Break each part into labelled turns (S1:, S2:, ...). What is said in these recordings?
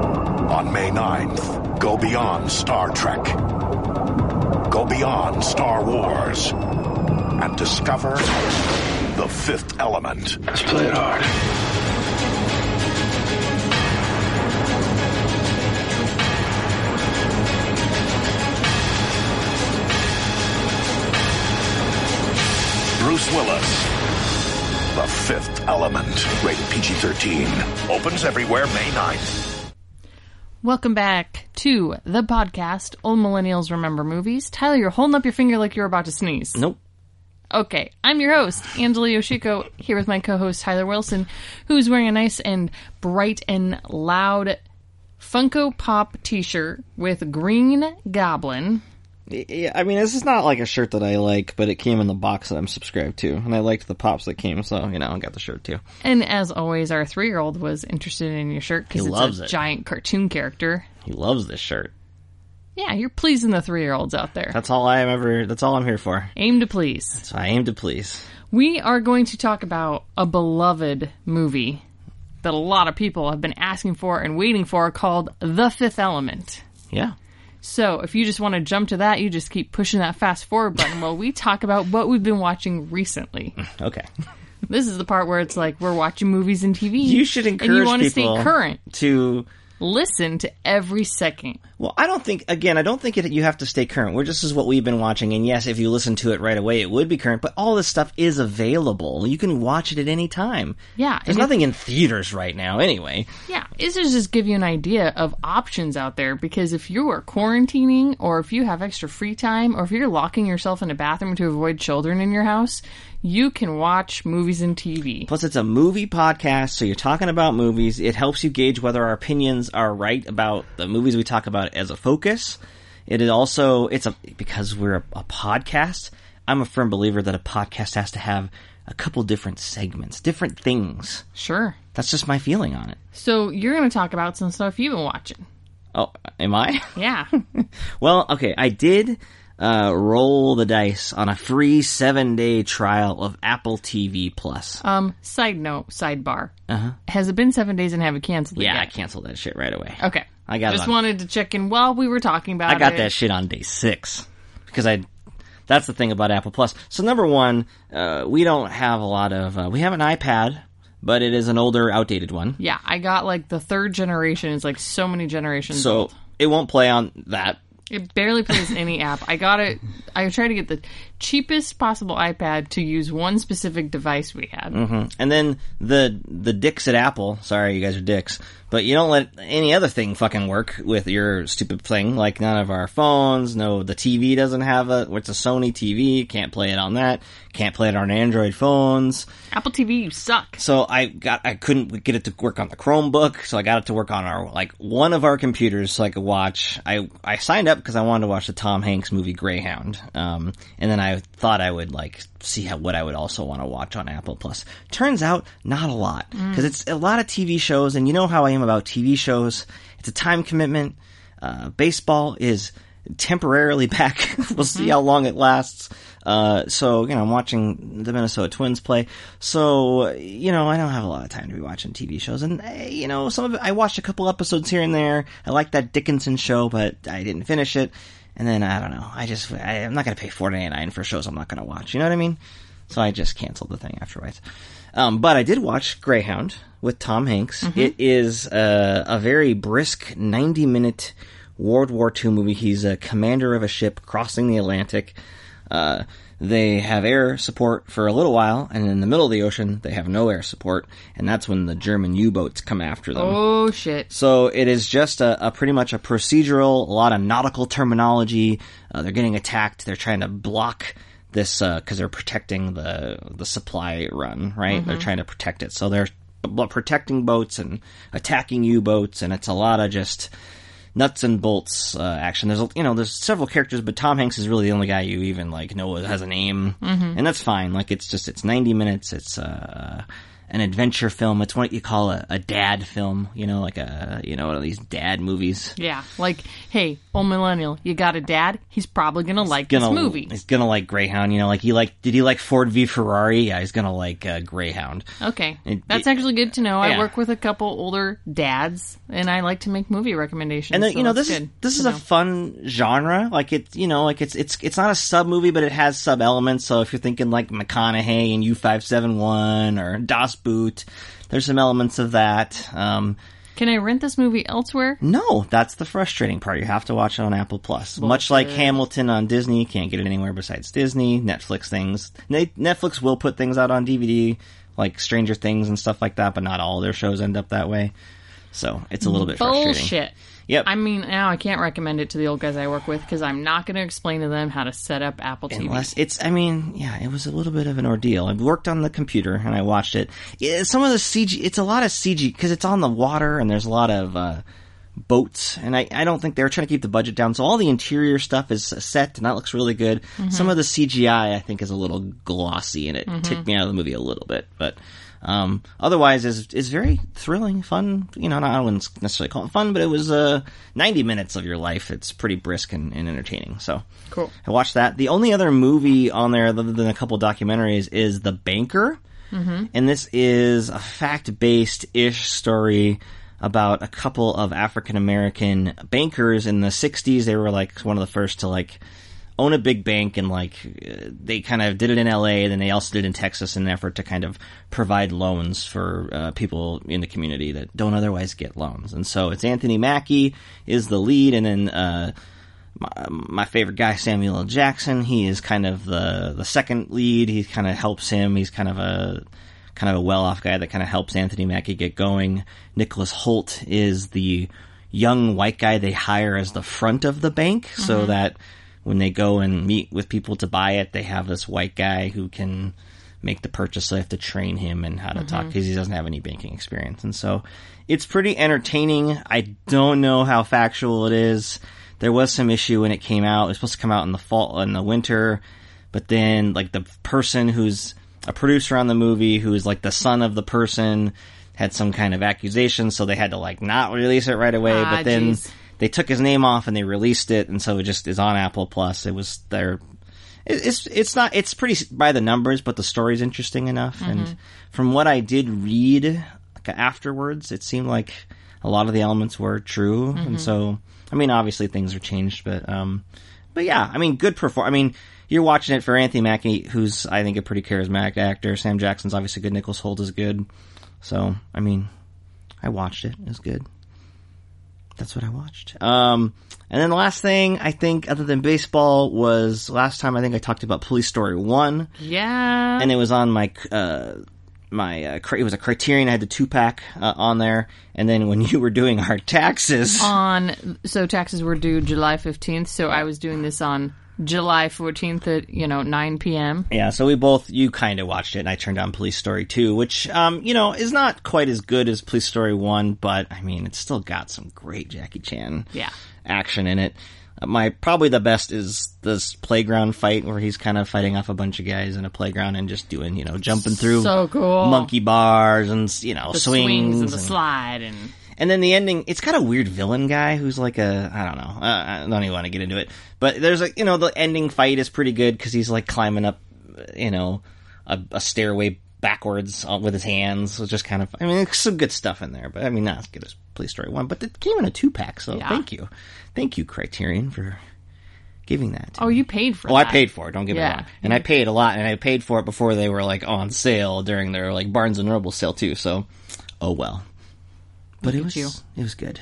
S1: on May 9th. Go beyond Star Trek. Go beyond Star Wars. And discover the fifth element.
S2: Let's play it hard.
S1: Bruce Willis. The fifth element. Rated PG 13. Opens everywhere May 9th.
S3: Welcome back to the podcast, Old Millennials Remember Movies. Tyler, you're holding up your finger like you're about to sneeze.
S4: Nope.
S3: Okay, I'm your host, Angela Yoshiko, here with my co host, Tyler Wilson, who's wearing a nice and bright and loud Funko Pop t shirt with Green Goblin.
S4: Yeah, I mean, this is not like a shirt that I like, but it came in the box that I'm subscribed to, and I liked the pops that came, so you know, I got the shirt too.
S3: And as always, our three year old was interested in your shirt because
S4: He
S3: it's
S4: loves
S3: a
S4: it.
S3: giant cartoon character.
S4: He loves this shirt.
S3: Yeah, you're pleasing the three year olds out there.
S4: That's all I am ever. That's all I'm here for.
S3: Aim to please.
S4: So I aim to please.
S3: We are going to talk about a beloved movie that a lot of people have been asking for and waiting for called The Fifth Element.
S4: Yeah.
S3: So, if you just want to jump to that, you just keep pushing that fast forward button while we talk about what we've been watching recently.
S4: Okay.
S3: This is the part where it's like we're watching movies and TV.
S4: You should
S3: and
S4: encourage
S3: you want to stay
S4: people
S3: current.
S4: to.
S3: Listen to every second.
S4: Well, I don't think. Again, I don't think it, you have to stay current. We're just as what we've been watching, and yes, if you listen to it right away, it would be current. But all this stuff is available. You can watch it at any time.
S3: Yeah, and if-
S4: There's nothing in theaters right now, anyway.
S3: Yeah, this is just give you an idea of options out there because if you are quarantining or if you have extra free time or if you're locking yourself in a bathroom to avoid children in your house, you can watch movies and TV.
S4: Plus, it's a movie podcast, so you're talking about movies. It helps you gauge whether our opinions are right about the movies we talk about as a focus. It is also it's a because we're a, a podcast. I'm a firm believer that a podcast has to have a couple different segments, different things.
S3: Sure.
S4: That's just my feeling on it.
S3: So you're going to talk about some stuff you've been watching.
S4: Oh, am I?
S3: Yeah.
S4: Well, okay, I did uh, roll the dice on a free seven day trial of Apple TV Plus.
S3: um. Side note. Sidebar. Uh
S4: Uh-huh.
S3: huh. Has it been seven days and haven't canceled? it
S4: yeah, I
S3: yet?
S4: canceled that shit right away.
S3: Okay.
S4: I got it
S3: Just
S4: on-
S3: wanted to check in while we were talking about.
S4: I got
S3: it.
S4: that shit on day six because I. That's the thing about Apple Plus. So number one, uh, we don't have a lot of. Uh, we have an iPad, but it is an older, outdated one,
S3: Yeah, I got like the third generation. It's like so many generations.
S4: so
S3: old.
S4: it won't play on that.
S3: It barely plays any app. I got it. I tried to get the cheapest possible iPad to use one specific device we had.
S4: And then the the dicks at Apple. Sorry, you guys are dicks, but you don't let any other thing fucking work with your stupid thing. Like none of our phones. No, the TV doesn't have a. It's a Sony TV. Can't play it on that. Can't play it on Android phones.
S3: Apple TV, you suck.
S4: So I got I couldn't get it to work on the Chromebook, so I got it to work on our like one of our computers, so I could watch. I I signed up because I wanted to watch the Tom Hanks movie Greyhound, um, and then I thought I would like see how what I would also want to watch on Apple Plus. Turns out not a lot because it's a lot of TV shows, and you know how I am about TV shows. It's a time commitment. Uh, baseball is temporarily back. we'll see how long it lasts. Uh, so, you know, I'm watching the Minnesota Twins play. So, you know, I don't have a lot of time to be watching TV shows. And, eh, you know, some of it, I watched a couple episodes here and there. I like that Dickinson show, but I didn't finish it. And then, I don't know. I just, I, I'm not going to pay four ninety nine for shows I'm not going to watch. You know what I mean? So I just canceled the thing afterwards. Um, but I did watch Greyhound with Tom Hanks. It is uh, a very brisk 90 minute World War II movie. He's a commander of a ship crossing the Atlantic. Uh, they have air support for a little while, and in the middle of the ocean, they have no air support, and that's when the German U boats come after them.
S3: Oh shit.
S4: So it is just a, a pretty much a procedural, a lot of nautical terminology. Uh, they're getting attacked. They're trying to block this because they're protecting the the supply run, right? They're trying to protect it. So they're b- protecting boats and attacking U boats, and it's a lot of just nuts and bolts uh, action. There's a- you know there's several characters, but Tom Hanks is really the only guy you
S3: Mm-hmm.
S4: even like know has a name, and that's fine. Like it's just it's 90 minutes. It's uh, an adventure film. It's what you call a, a dad film, you know, like a you know one of these dad movies.
S3: Yeah, like, hey, old millennial, you got a dad? He's probably gonna like
S4: Gonna,
S3: this movie.
S4: He's gonna like Greyhound, you know, like he like did he like Ford v Ferrari? Yeah, he's gonna like uh, Greyhound.
S3: Okay,
S4: It-
S3: that's
S4: it-
S3: actually good to know. I
S4: yeah.
S3: work with a couple older dads, and I like to make movie recommendations.
S4: And then,
S3: so
S4: you know
S3: that's
S4: this is
S3: good
S4: this
S3: to
S4: is a
S3: know.
S4: fun genre. Like it's you know like it's it's it's not a sub movie, but it has sub elements. So if you're thinking like McConaughey and U five seven one or Das Boot, there's some elements of that. Um,
S3: Can I rent this movie elsewhere?
S4: no, that's the frustrating part. You have to watch it on Apple Plus. Much like Hamilton on Disney, you can't get it anywhere besides Disney. Netflix things. Ne- Netflix will put things out on DVD, like Stranger Things and stuff like that, but not all their shows end up that way. So it's a little bit frustrating.
S3: Bullshit.
S4: Yep.
S3: I mean, now I can't recommend it to the old guys I work with because I'm not going to explain to them how to set up Apple TV.
S4: Unless it's, I mean, yeah, it was a little bit of an ordeal. I worked on the computer and I watched it. Yeah, some of the CG, it's a lot of CG because it's on the water and there's a lot of uh, boats, and I, I don't think they were trying to keep the budget down. So all the interior stuff is set and that looks really good. Some of the CGI I think is a little glossy and it ticked me out of the movie a little bit, but. Um, otherwise is is very thrilling, fun. You know, not, I wouldn't necessarily call it fun, but it was uh, ninety minutes of your life. It's pretty brisk and, and entertaining. So
S3: Cool.
S4: I watched that. The only other movie on there, other than a couple documentaries, is The Banker. Mm-hmm. And this is a fact based ish story about a couple of African American bankers in the 60s. They were like one of the first to like own a big bank and like uh, they kind of did it in LA and then they also did it in Texas in an effort to kind of provide loans for uh, people in the community that don't otherwise get loans. And so it's Anthony Mackie is the lead and then uh um, my favorite guy, Samuel L. Jackson. He is kind of the the second lead. He kind of helps him. He's kind of a kind of a well off guy that kind of helps Anthony Mackie get going. Nicholas Holt is the young white guy they hire as the front of the bank, so that when they go and meet with people to buy it, they have this white guy who can make the purchase. So I have to train him and how to
S3: Mm-hmm.
S4: talk because he doesn't have any banking experience. And so it's pretty entertaining. I don't know how factual it is. There was some issue when it came out. It was supposed to come out in the fall, in the winter, but then like the person who's a producer on the movie, who is like the son of the person, had some kind of accusation, so they had to like not release it right away.
S3: Ah,
S4: but then
S3: jeez.
S4: they took his name off and they released it, and so it just is on Apple Plus. It was their it- it's it's not it's pretty s- by the numbers, but the story's interesting enough. And from what I did read like, afterwards, it seemed like a lot of the elements were true. And so, I mean, obviously things are changed, but um, but yeah, I mean, good perform. I mean, you're watching it for Anthony Mackie, who's I think a pretty charismatic actor. Sam Jackson's obviously good. Nicholas Holt is good. So, I mean, I watched it. It was good that's what I watched. Um, and then the last thing I think, other than baseball, was last time I think I talked about Police Story One,
S3: yeah.
S4: and it was on my uh, my uh, cri- it was a Criterion. I had the two pack uh, on there, and then when you were doing our taxes,
S3: on so taxes were due July 15th, so I was doing this on July 14th at, you know, 9 p.m.
S4: yeah. So we both you kind of watched it, and I turned on Police Story Two, which um, you know is not quite as good as Police Story One, but I mean it's still got some great Jackie Chan
S3: Yeah.
S4: action in it. Uh, My probably the best is this playground fight where he's kind of fighting off a bunch of guys in a playground and just doing you know jumping through
S3: So cool.
S4: monkey bars and you know
S3: The
S4: swings,
S3: swings and the
S4: and-
S3: slide and
S4: and then the ending, it's got a weird villain guy who's like a, I don't know, uh, I don't even want to get into it. But there's like, you know, the ending fight is pretty good because he's like climbing up, you know, a, a stairway backwards uh, with his hands. So it's just kind of, I mean, it's some good stuff in there, but I mean, not as good as Police Story 1, but it came in a two pack, so
S3: Yeah.
S4: thank you. Thank you, Criterion, for giving that. to
S3: Oh, you paid for
S4: Oh, I
S3: that.
S4: paid for it. Don't get
S3: Yeah.
S4: me wrong. And I paid a lot, and I paid for it before they were like on sale during their like Barnes and Noble sale too. So, oh well. But it
S3: at
S4: was
S3: you.
S4: it was good.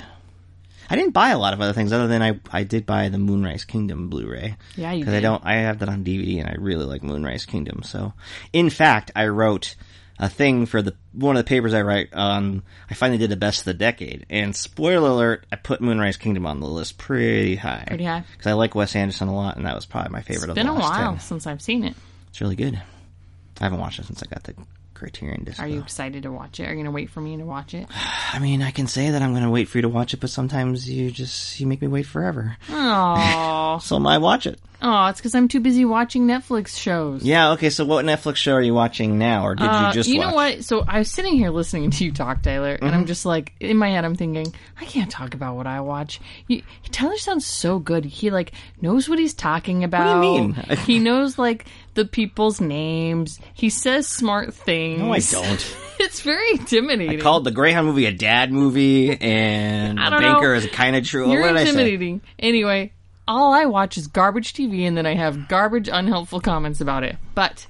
S4: I didn't buy a lot of other things other than I I did buy the Moonrise Kingdom Blu-ray.
S3: Yeah, you
S4: I
S3: did.
S4: don't I have that on DVD and I really like Moonrise Kingdom. So, in fact, I wrote a thing for the one of the papers I write on. I finally did the best of the decade, and spoiler alert, I put Moonrise Kingdom on the list pretty high.
S3: Pretty high.
S4: because I like Wes Anderson a lot, and that was probably my favorite. of
S3: Been
S4: the
S3: a
S4: last
S3: while
S4: 10.
S3: since I've seen it.
S4: It's really good. I haven't watched it since I got the Criterion disc.
S3: Are you
S4: though.
S3: excited to watch it? Are you going to wait for me to watch it?
S4: I mean, I can say that I'm going to wait for you to watch it, but sometimes you just you make me wait forever.
S3: Oh, Aw.
S4: so I might watch it.
S3: Oh, it's because I'm too busy watching Netflix shows.
S4: Yeah, okay, so what Netflix show are you watching now, or did
S3: Uh,
S4: you just
S3: you
S4: watch? Mm-hmm.
S3: know what? So I was sitting here listening to you talk, Tyler, and I'm just like in my head, I'm thinking I can't talk about what I watch. You, Tyler sounds so good. He like knows what he's talking about.
S4: mean?
S3: he knows like the people's names. He says smart things.
S4: No, I don't.
S3: it's very intimidating.
S4: I called the Greyhound movie a dad movie, and
S3: I
S4: a
S3: don't
S4: banker
S3: know.
S4: is kind of true.
S3: You're
S4: what did I say?
S3: intimidating. Anyway, all I watch is garbage TV, and then I have garbage, unhelpful comments about it. But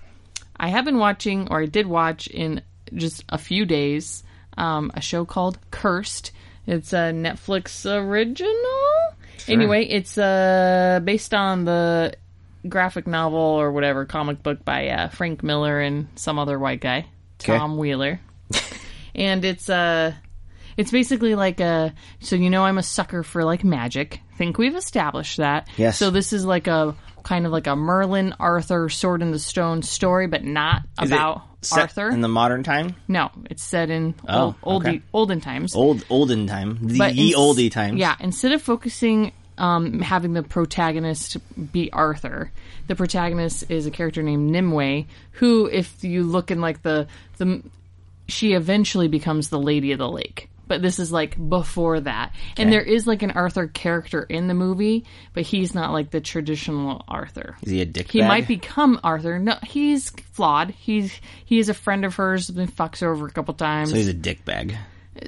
S3: I have been watching, or I did watch in just a few days, um, a show called Cursed. It's a Netflix original. Anyway, it's uh, based on the graphic novel or whatever comic book by uh, Frank Miller and some other white guy,
S4: Okay.
S3: Tom Wheeler. and it's uh it's basically like a so you know I'm a sucker for like magic. Think we've established that.
S4: Yes.
S3: So this is like a kind of like a Merlin Arthur Sword in the Stone story, but not
S4: Is it
S3: about
S4: set
S3: Arthur.
S4: in the modern time,
S3: no, it's set in
S4: Oh,
S3: old,
S4: okay.
S3: oldie, olden times
S4: old olden time, the
S3: but
S4: ye
S3: ins-
S4: oldie times.
S3: Yeah, instead of focusing um, having the protagonist be Arthur, the protagonist is a character named Nimue, who, if you look in like the the, she eventually becomes the Lady of the Lake. But this is like before that, and there is like an Arthur character in the movie, but he's not like the traditional Arthur.
S4: is he a dick?
S3: He might become Arthur. No, he's flawed. He's he is a friend of hers. Been fucks her over a couple times
S4: So he's a dick bag.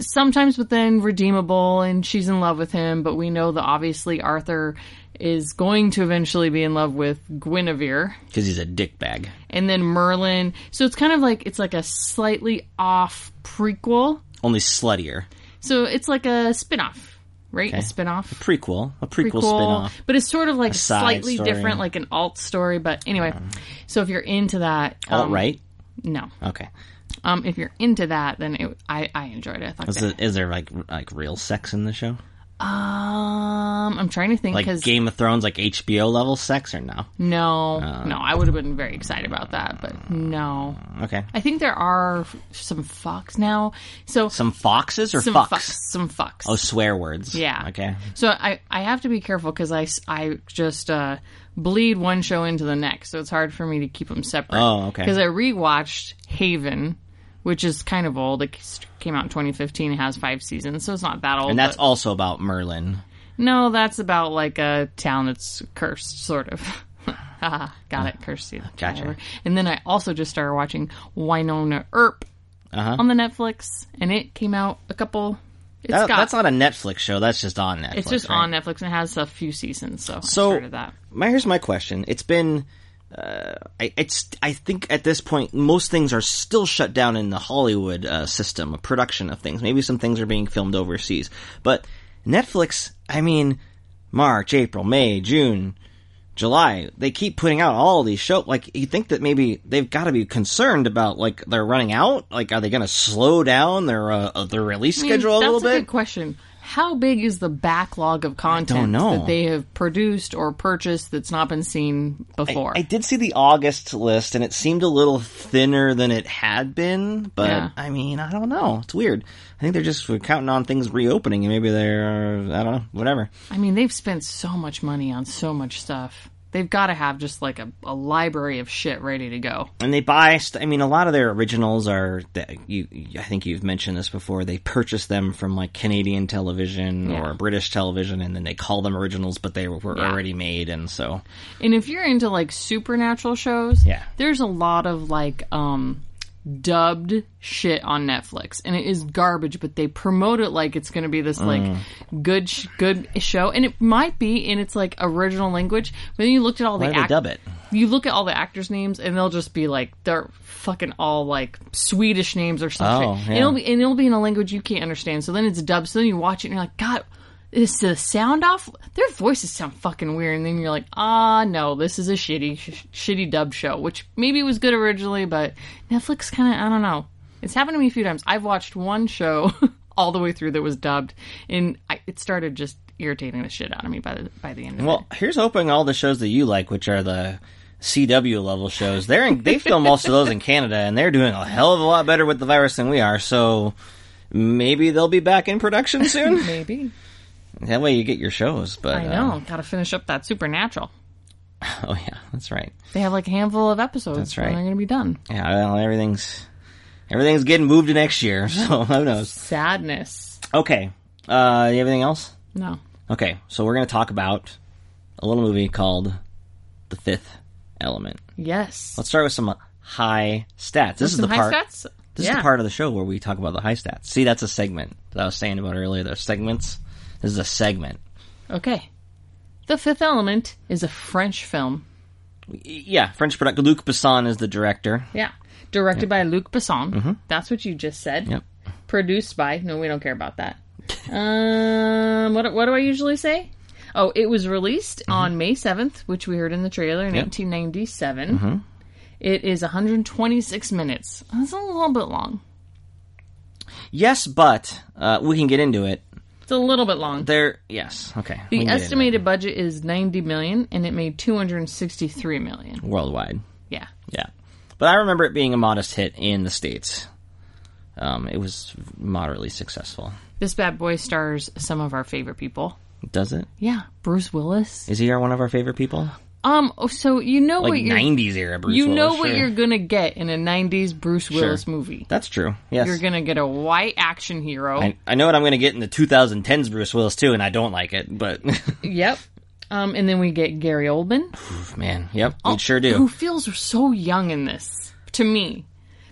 S3: sometimes but then redeemable and she's in love with him but we know that obviously arthur is going to eventually be in love with guinevere
S4: Because he's a dick bag.
S3: and then merlin so it's kind of like it's like a slightly off prequel
S4: Only sluttier.
S3: so it's like a spin-off right a spin-off
S4: Prequel. A prequel,
S3: prequel,
S4: spin-off.
S3: but it's sort of like
S4: side
S3: slightly
S4: story. Um,
S3: different like an alt story but anyway so if you're into that um,
S4: Alt right?
S3: no
S4: Okay.
S3: um if you're into that then it, i i enjoyed it i thought
S4: Is,
S3: that,
S4: the, is there like like real sex in the show?
S3: um i'm trying to think
S4: Like
S3: because
S4: Game of Thrones, like HBO level sex or no?
S3: No,
S4: Uh.
S3: no, I would have been very excited about that, but no.
S4: Okay.
S3: I think there are f- some fucks now. So
S4: Some foxes or
S3: some
S4: fucks?
S3: some fucks.
S4: Oh, swear words.
S3: yeah.
S4: Okay.
S3: So I I have to be careful because I s- I just uh, bleed one show into the next, so it's hard for me to keep them separate.
S4: Oh, okay.
S3: Because I rewatched Haven. Which is kind of old. It c- came out in 2015. It has five seasons, so it's not that old.
S4: And that's
S3: but-
S4: also about Merlin.
S3: no, that's about like a town that's cursed, sort of. Haha, Got it, cursed. you
S4: Gotcha.
S3: whatever. And then I also just started watching Winona Earp
S4: Uh-huh.
S3: on the Netflix, and it came out a couple. It's
S4: That-
S3: got
S4: that's not a Netflix show. That's just on Netflix.
S3: it's just
S4: right?
S3: on Netflix and it has a few seasons, so,
S4: So-
S3: I started that.
S4: My here's my question. It's been, uh, I, it's I think at this point most things are still shut down in the Hollywood uh, system of production of things. Maybe some things are being filmed overseas, but Netflix. I mean, March, April, May, June, July. They keep putting out all these shows. Like you think that maybe they've got to be concerned about like they're running out. Like are they going to slow down their uh, their release
S3: I mean,
S4: schedule a
S3: that's
S4: little bit?
S3: good question. How big is the backlog of content
S4: know.
S3: that they have produced or purchased that's not been seen before?
S4: I did see the August list, and it seemed a little thinner than it had been. But
S3: Yeah.
S4: I mean, I don't know. It's weird. I think they're just counting on things reopening, and maybe they're I don't know, whatever.
S3: I mean, they've spent so much money on so much stuff. They've got to have just like a, a library of shit ready to go.
S4: And they buy. St- I mean, a lot of their originals are that you. I think you've mentioned this before. They purchase them from like Canadian television
S3: Yeah.
S4: or British television, and then they call them originals, but they were
S3: Yeah.
S4: already made, and so
S3: And if you're into like supernatural shows,
S4: Yeah.
S3: there's a lot of like um dubbed shit on Netflix and it is garbage but they promote it like it's going to be this
S4: Mm.
S3: like good sh- good show and it might be in its like original language but then you looked at all
S4: why
S3: the
S4: do they
S3: act-
S4: dub it?
S3: you look at all the actors' names, and they'll just be like they're fucking all like Swedish names or something.
S4: Oh, yeah.
S3: It'll be and it'll be in a language you can't understand. So then it's dubbed. So then you watch it, and you're like, God, is the sound off? Their voices sound fucking weird. And then you're like, Ah, no, this is a shitty, sh- shitty dub show. Which maybe was good originally, but Netflix kind of I don't know. It's happened to me a few times. I've watched one show all the way through that was dubbed, and I, it started just irritating the shit out of me by the by the end of it.
S4: Well, here's hoping all the shows that you like, which are the CW level shows, they're in, they film most of those in Canada, and they're doing a hell of a lot better with the virus than we are. So maybe they'll be back in production soon.
S3: Maybe.
S4: That way you get your shows. But
S3: I
S4: uh,
S3: know. Got to finish up that Supernatural.
S4: oh yeah, that's right.
S3: They have like a handful of episodes.
S4: That's
S3: And
S4: right.
S3: they're going to be done.
S4: Yeah, well, everything's everything's getting moved to next year, so who knows?
S3: Sadness.
S4: Okay, uh, you have anything else?
S3: No.
S4: Okay, so we're gonna talk about a little movie called The Fifth Element.
S3: Yes.
S4: Let's start with some high stats. This is the
S3: Some high
S4: part.
S3: stats?
S4: This is
S3: Yeah.
S4: the part of the show where we talk about the high stats. See, that's a segment that I was saying about earlier. Those segments. This is a segment.
S3: Okay. The Fifth Element is a French film.
S4: Y- Yeah, French product. Luc Besson is the director.
S3: Yeah. Directed by Luc Besson. That's what you just said.
S4: Mm-hmm. Yep.
S3: Produced by. No, we don't care about that. um, what, what do I usually say? Oh, it was released
S4: Mm-hmm.
S3: on May 7th, which we heard in the trailer in 1997.
S4: Mm-hmm.
S3: It is 126 minutes. That's a little bit long.
S4: Yes, but uh, we can get into it.
S3: It's a little bit long.
S4: There. Yes. Okay. we
S3: The
S4: can get into it.
S3: estimated budget is 90 million and it made 263 million.
S4: worldwide.
S3: Yeah.
S4: Yeah, but I remember it being a modest hit in the states. Um, it was moderately successful.
S3: This bad boy stars some of our favorite people.
S4: Does it?
S3: Yeah, Bruce Willis.
S4: Is he our one of our favorite people?
S3: Um oh, so you know
S4: Like
S3: what you're
S4: '90s era Bruce.
S3: you
S4: Willis,
S3: know what
S4: sure.
S3: you're going to get in a 90s Bruce Willis movie.
S4: That's true. Yes.
S3: You're going to get a white action hero.
S4: I, I know what I'm going to get in the 2010s Bruce Willis too, and I don't like it. But
S3: Yep. Um and then we get Gary Oldman.
S4: man, yep, we sure
S3: Who
S4: do.
S3: feels so young in this to me.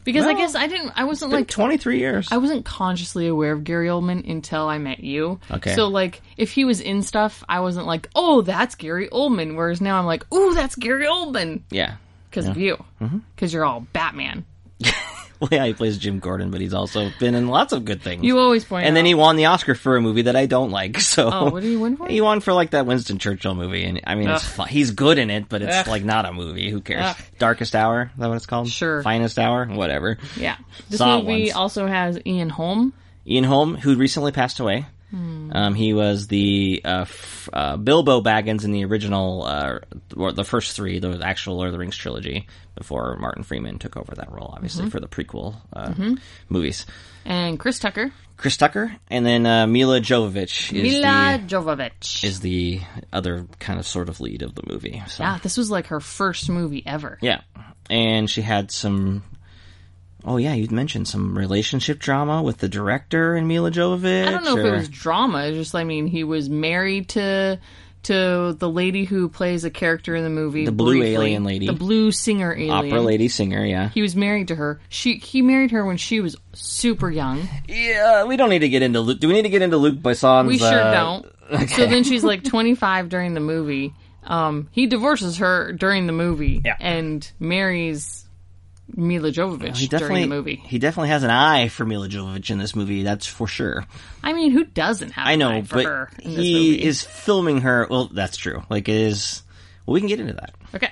S3: Because I
S4: Well,
S3: guess I didn't I wasn't like
S4: 23 years.
S3: I wasn't consciously aware of Gary Oldman until I met you.
S4: Okay.
S3: So like, if he was in stuff, I wasn't like, oh, that's Gary Oldman. Whereas now I'm like, ooh, that's Gary Oldman
S4: yeah.
S3: because
S4: Mm-hmm.
S3: of you, because you're all Batman.
S4: Well, yeah, he plays Jim Gordon, but he's also been in lots of good things.
S3: You always point.
S4: and then
S3: out-
S4: he won the Oscar for a movie that I don't like. So
S3: Oh, what did he win for?
S4: He won for like that Winston Churchill movie, and I mean, it's fu- he's good in it, but it's
S3: Ugh.
S4: like not a movie. Who cares?
S3: Ugh.
S4: Darkest Hour, is that what it's called?
S3: Sure.
S4: Finest Hour, whatever.
S3: yeah. This
S4: Saw it
S3: movie
S4: once.
S3: also has Ian Holm.
S4: Ian Holm, who recently passed away.
S3: Hmm.
S4: Um, he was the uh, f- uh, Bilbo Baggins in the original, uh, or the first three, the actual Lord of the Rings trilogy, before Martin Freeman took over that role,
S3: Mm-hmm.
S4: obviously for the prequel uh, movies.
S3: And Chris Tucker,
S4: Chris Tucker, and then uh, Mila Jovovich is
S3: Mila
S4: the
S3: Jovovich.
S4: is the other kind of sort of lead of the movie. So
S3: yeah, this was like her first movie ever.
S4: Yeah. And she had some. Oh, yeah, you'd mentioned some relationship drama with the director and Mila Jovovich.
S3: I don't know if
S4: or-
S3: it was drama. It's just, I mean, he was married to to the lady who plays a character in the movie, the
S4: blue alien lady.
S3: the blue singer alien,
S4: opera lady singer, yeah.
S3: He was married to her. She he married her when she was super young.
S4: Yeah, we don't need to get into Luke. Do we need to get into Luke Besson's?
S3: We sure
S4: uh,
S3: don't. So then she's like 25 during the movie. Um, he divorces her during the movie
S4: Yeah.
S3: and marries Mila Jovovich
S4: He
S3: during
S4: definitely,
S3: the movie.
S4: he definitely has an eye for Mila Jovovich in this movie. That's for sure.
S3: I mean, who doesn't have
S4: I
S3: an
S4: know,
S3: eye for
S4: but
S3: her in this
S4: he
S3: movie?
S4: is filming her. Well, that's true. Like, it is. Well, we can get into that.
S3: okay.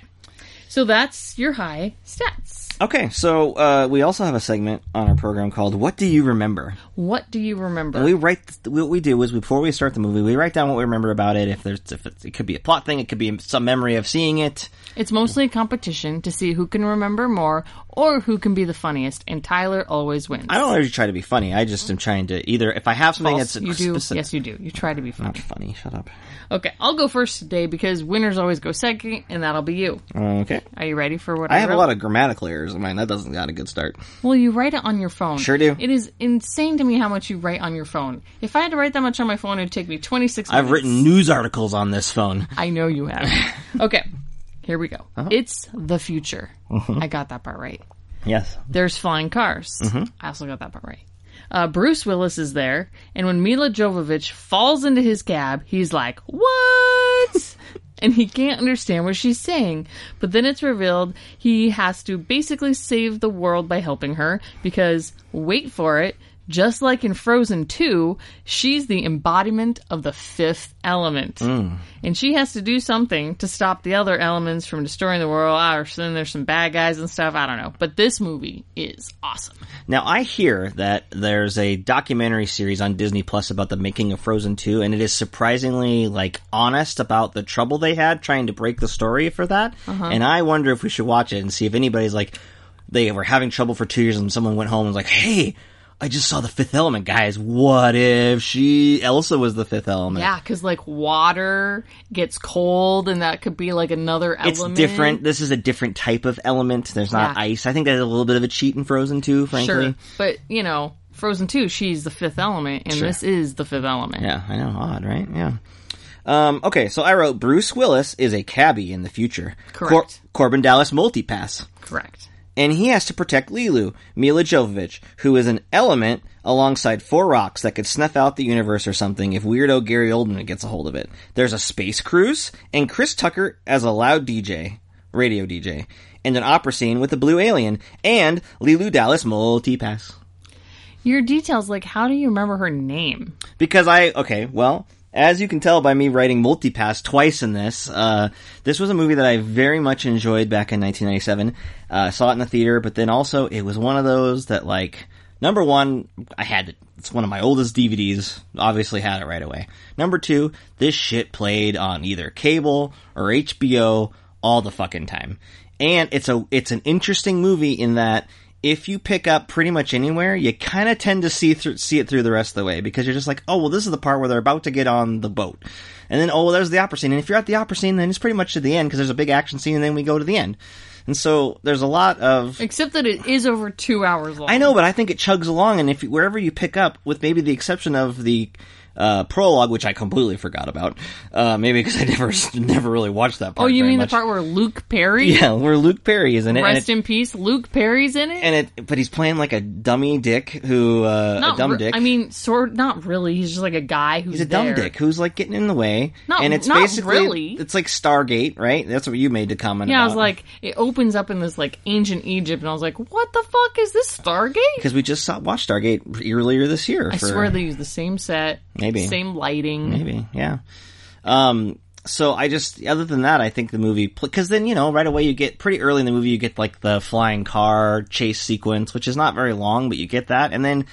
S3: So that's your high stats.
S4: Okay, so uh, we also have a segment on our program called "What Do You Remember."
S3: What do you remember?
S4: We write what we do is before we start the movie, we write down what we remember about it. If there's if it's, it could be a plot thing, it could be some memory of seeing it.
S3: It's mostly a competition to see who can remember more or who can be the funniest, and Tyler always wins.
S4: I don't always try to be funny. I just am trying to either if I have something that's
S3: you do.
S4: specific,
S3: Yes, you do. You try to be funny.
S4: not funny. Shut up.
S3: Okay, I'll go first today because winners always go second, and that'll be you.
S4: Okay.
S3: Are you ready for what I,
S4: I have a lot of grammatical errors in mine. That doesn't got a good start.
S3: Well, you write it on your phone.
S4: Sure do.
S3: It is insane to me how much you write on your phone. If I had to write that much on my phone, it'd take me 26 minutes.
S4: I've written news articles on this phone.
S3: I know you have. okay, here we go.
S4: Uh-huh.
S3: It's the future. I got that part right.
S4: Yes.
S3: There's flying cars. I also got that part right. Uh, Bruce Willis is there, and when Mila Jovovich falls into his cab, he's like, What? and he can't understand what she's saying. But then it's revealed he has to basically save the world by helping her because, wait for it, just like in Frozen 2, she's the embodiment of the fifth element. And she has to do something to stop the other elements from destroying the world. Ah, or then there's some bad guys and stuff. I don't know. But this movie is awesome.
S4: Now I hear that there's a documentary series on Disney Plus about the making of Frozen 2 and it is surprisingly like honest about the trouble they had trying to break the story for that. And I wonder if we should watch it and see if anybody's like they were having trouble for 2 years and someone went home and was like, "Hey, I just saw the Fifth Element, guys. What if she Elsa was the Fifth Element?
S3: Yeah, because like water gets cold, and that could be like another
S4: It's
S3: element.
S4: different. This is a different type of element. There's not
S3: Yeah.
S4: ice. I think that's a little bit of a cheat in Frozen too, frankly.
S3: sure, but you know, Frozen Two, she's the fifth element, and this is the fifth element.
S4: Yeah, I know. Odd, right? Yeah. Um, okay, so I wrote Bruce Willis is a cabbie in the future.
S3: Correct.
S4: Corbin Dallas multipass.
S3: Correct.
S4: And he has to protect Lilu, Mila Jovovich, who is an element alongside four rocks that could snuff out the universe or something if weirdo Gary Oldman gets a hold of it. There's a space cruise, and Chris Tucker as a loud DJ, radio DJ, and an opera scene with a blue alien, and Lilu Dallas multipass.
S3: Your details, like how do you remember her name?
S4: because I okay, well, as you can tell by me writing multipass twice in this, uh, this was a movie that I very much enjoyed back in 1997. Uh, I saw it in the theater, but then also it was one of those that like number one, I had it. It's one of my oldest DVDs. Obviously, had it right away. Number two, this shit played on either cable or HBO all the fucking time. And it's a it's an interesting movie in that if you pick up pretty much anywhere, you kind of tend to see through, see it through the rest of the way because you're just like, oh well, this is the part where they're about to get on the boat, and then oh well, there's the opera scene, and if you're at the opera scene, then it's pretty much to the end because there's a big action scene, and then we go to the end, and so there's a lot of
S3: Except that it is over two hours long.
S4: I know, but I think it chugs along, and if you- wherever you pick up, with maybe the exception of the uh, prologue, which I completely forgot about, uh, maybe because I never never really watched that part.
S3: Oh, you
S4: very
S3: mean
S4: much.
S3: the part where Luke Perry?
S4: Yeah, where Luke Perry is in it. and it
S3: Rest in peace, Luke Perry's in it.
S4: and it, but he's playing like a dummy dick who uh, a dumb
S3: re-
S4: dick.
S3: I mean, sort not really. He's just like a guy who's
S4: he's a dumb
S3: there.
S4: dick who's like getting in the way.
S3: Not-
S4: and it's
S3: not
S4: basically
S3: really.
S4: it's like Stargate, right? That's what you made the comment.
S3: Yeah, I
S4: about.
S3: was like, it opens up in this like ancient Egypt, and I was like, what the fuck is this Stargate?
S4: because we just saw, watched Stargate earlier this year.
S3: I
S4: for,
S3: swear they use the same set,
S4: Maybe.
S3: same lighting.
S4: maybe yeah. Um. So I just other than that, I think the movie because then you know right away you get pretty early in the movie you get like the flying car chase sequence, which is not very long, but you get that, and then.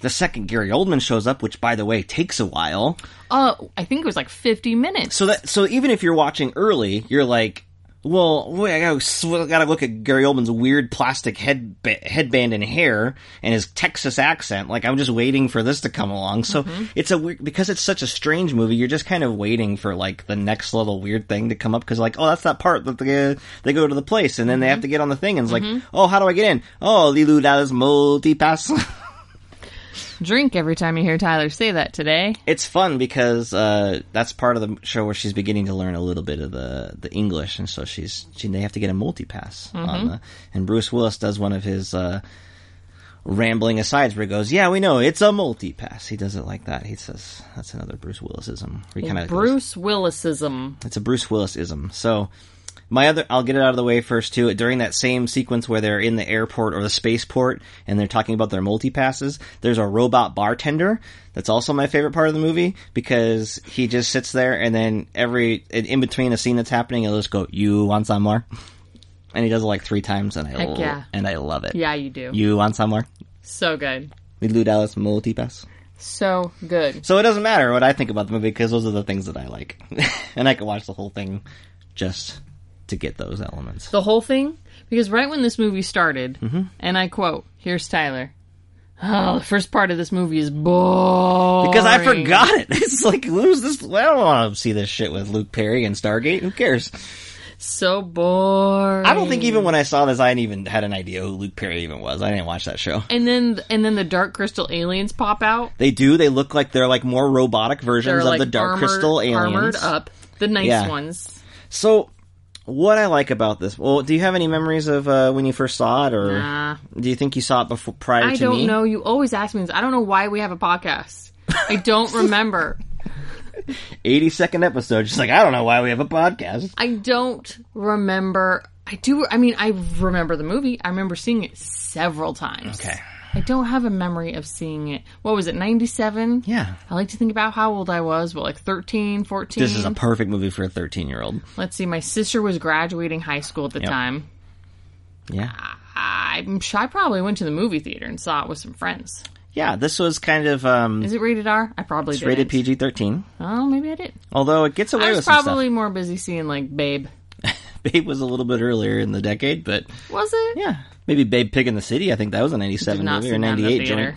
S4: The second Gary Oldman shows up, which by the way takes a while.
S3: Uh, I think it was like fifty minutes.
S4: So that so even if you're watching early, you're like, well, wait, I gotta, sw- I gotta look at Gary Oldman's weird plastic head headband and hair and his Texas accent. Like I'm just waiting for this to come along. So it's a weird because it's such a strange movie. You're just kind of waiting for like the next little weird thing to come up because like, oh, that's that part that they, they go to the place and then they have to get on the thing and it's like, oh, how do I get in? Oh, Lilu does multi pass.
S3: Drink every time you hear Tyler say that today.
S4: it's fun because uh, that's part of the show where she's beginning to learn a little bit of the, the English, and so she's she, they have to get a multipass on the, and Bruce Willis does one of his uh, rambling asides where he goes, "Yeah, we know it's a multipass." He does it like that. He says that's another Bruce Willisism. Where he kind of
S3: Bruce Willisism.
S4: it's a Bruce Willisism. So my other, I'll get it out of the way first too. During that same sequence where they're in the airport or the spaceport and they're talking about their multi passes, there's a robot bartender. That's also my favorite part of the movie because he just sits there and then every in in between a scene that's happening, he'll just go, "You want some more?" And he does it like three times, and I
S3: Heck
S4: l-
S3: yeah.
S4: and I love it.
S3: Yeah, you do.
S4: You want some more?
S3: so good.
S4: We Lou Dallas multi pass.
S3: So good.
S4: So it doesn't matter what I think about the movie because those are the things that I like, and I can watch the whole thing just to get those elements.
S3: The whole thing? Because right when this movie started,
S4: Mm-hmm.
S3: and I quote, here's Tyler. Oh, the first part of this movie is boring.
S4: Because I forgot it. It's like who's this? I don't want to see this shit with Luke Perry and Stargate. Who cares?
S3: So boring.
S4: I don't think even when I saw this, I even had an idea who Luke Perry even was. I didn't watch that show.
S3: And then, and then the dark crystal aliens pop out.
S4: They do. They look like they're like more robotic versions
S3: They're
S4: of
S3: like
S4: the Dark
S3: armored,
S4: Crystal aliens.
S3: armored up. The nice
S4: Yeah.
S3: ones.
S4: So, what I like about this? Well, do you have any memories of uh, when you first saw it, or
S3: Nah.
S4: do you think you saw it before prior
S3: Uh, I
S4: to
S3: don't
S4: me?
S3: know. You always ask me this. I don't know why we have a podcast. I don't remember.
S4: 82nd episode. She's like, I don't know why we have a podcast.
S3: I don't remember. I do. I mean, I remember the movie. I remember seeing it several times.
S4: Okay.
S3: I don't have a memory of seeing it. What was it, 97?
S4: Yeah.
S3: I like to think about how old I was, but like 13, 14.
S4: This is a perfect movie for a 13 year old.
S3: Let's see, my sister was graduating high school at the time.
S4: Yeah.
S3: I'm sure I probably went to the movie theater and saw it with some friends.
S4: Yeah, this was kind of um,
S3: Is it rated R? I probably
S4: it's
S3: did.
S4: rated PG 13.
S3: Oh, maybe I did.
S4: Although it gets away
S3: I
S4: with
S3: was
S4: some
S3: probably more busy seeing like Babe.
S4: stuff. Babe was a little bit earlier in the decade, but
S3: Was it?
S4: yeah. Maybe Babe Pig in the City. I think that was a 97
S3: Did not see
S4: movie or
S3: that in the
S4: 98
S3: theater.
S4: joint.